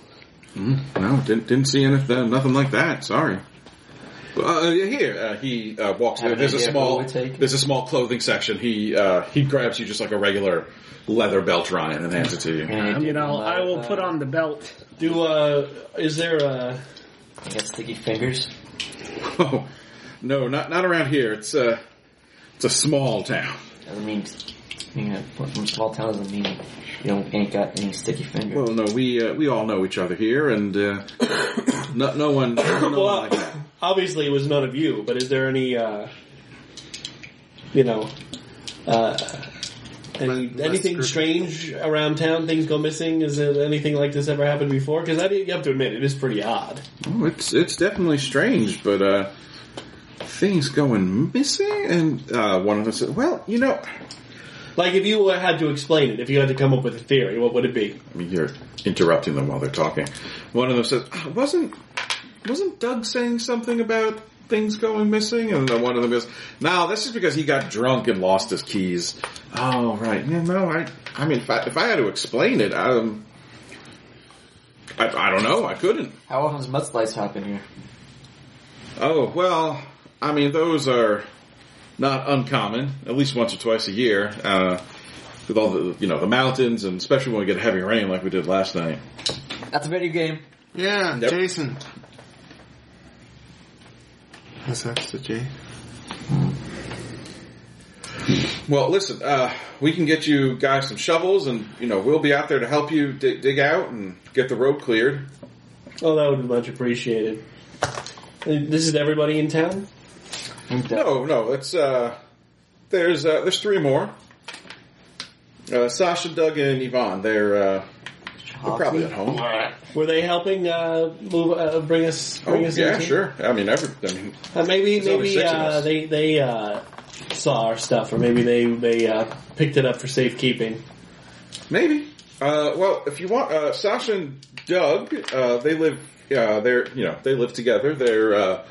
No, didn't didn't see anything nothing like that. Sorry. Uh, here uh, he uh, walks. Have an there's a idea of small what we take? there's a small clothing section. He uh, he grabs you just like a regular leather belt, Ryan, and hands it to you. You know, I will uh, put on the belt. do uh, is there uh, a I got sticky fingers. *laughs* Oh, no, not not around here. It's a it's a small town. Doesn't mean you know, from small towns doesn't mean you don't ain't got any sticky fingers. Well, no, we uh, we all know each other here, and uh, no, no one. No one like that. well, obviously it was none of you, but is there any uh, you know uh, any, Less- less anything scrupulous. strange around town? Things go missing? Is it anything like this ever happened before? Because I you have to admit it is pretty odd. Oh, it's it's definitely strange, but uh, things going missing, and uh, one of them said, "Well, you know, Like if you had to explain it, if you had to come up with a theory, what would it be? I mean, you're interrupting them while they're talking." One of them says, "Ah, "Wasn't wasn't Doug saying something about?" Things going missing, and then one of them goes, "No, this is because he got drunk and lost his keys." Oh, right. Yeah, no, I, I mean, if I, if I had to explain it, um, I, I don't know. I couldn't. How often's mud slice happen here? Oh, well, I mean, those are not uncommon, at least once or twice a year, uh, with all the, you know, the mountains and especially when we get heavy rain like we did last night. That's a video game. yeah, Yep. Jason. Yes, that's the J. Well, listen, uh, we can get you guys some shovels, and you know we'll be out there to help you dig, dig out and get the road cleared. Oh, that would be much appreciated. This is everybody in town. No, no, it's uh, there's uh, there's three more. Uh, Sasha, Doug, and Yvonne. They're, uh, they're probably at home. Were they helping uh, move, uh, bring us, Oh, bring us? yeah, into- sure. I mean, every, I mean, Uh, maybe There's only maybe six of uh, us. they they uh, saw our stuff, or maybe they they uh, picked it up for safekeeping. Maybe. Uh, well, if you want, uh, Sasha and Doug, uh, they live. Uh, they're you know they live together. They're uh,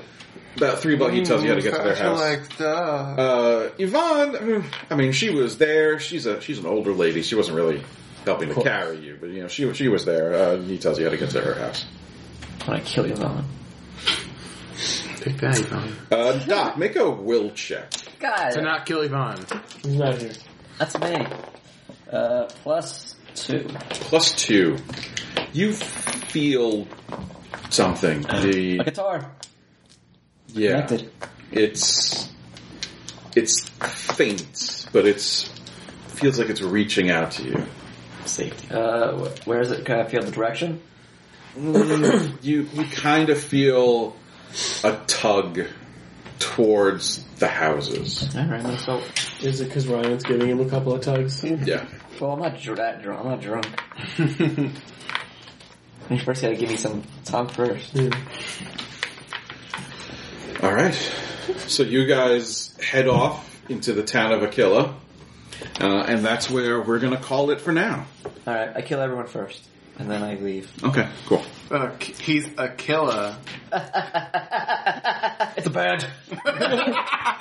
about three bucks. He tells you how to get to their house. Like, duh. Uh, Yvonne, mm, I mean, she was there. She's a she's an older lady. She wasn't really helping to carry you, but you know she she was there. Uh, he tells you how to get to her house. I want to kill you, Valen. Take that, Yvonne. Uh, Doc, make a will check. To God, not kill Yvonne. He's not here. that's me. Uh, plus two. Plus two. You feel something. A The guitar. yeah. Connected. it's it's faint, but it's feels like it's reaching out to you. Safety. Uh, wh- where is it? Can I feel the direction? You you kind of feel a tug towards the houses. All right, I'm gonna go. Is it because Ryan's giving him a couple of tugs? Yeah. Well, I'm not dr- that drunk. I'm not drunk. you *laughs* first gotta give me some time first. All right. So you guys head off into the town of Aquila, uh, and that's where we're going to call it for now. All right, I kill everyone first, and then I leave. Okay. Cool. Uh, k- he's a killer. It's a bad.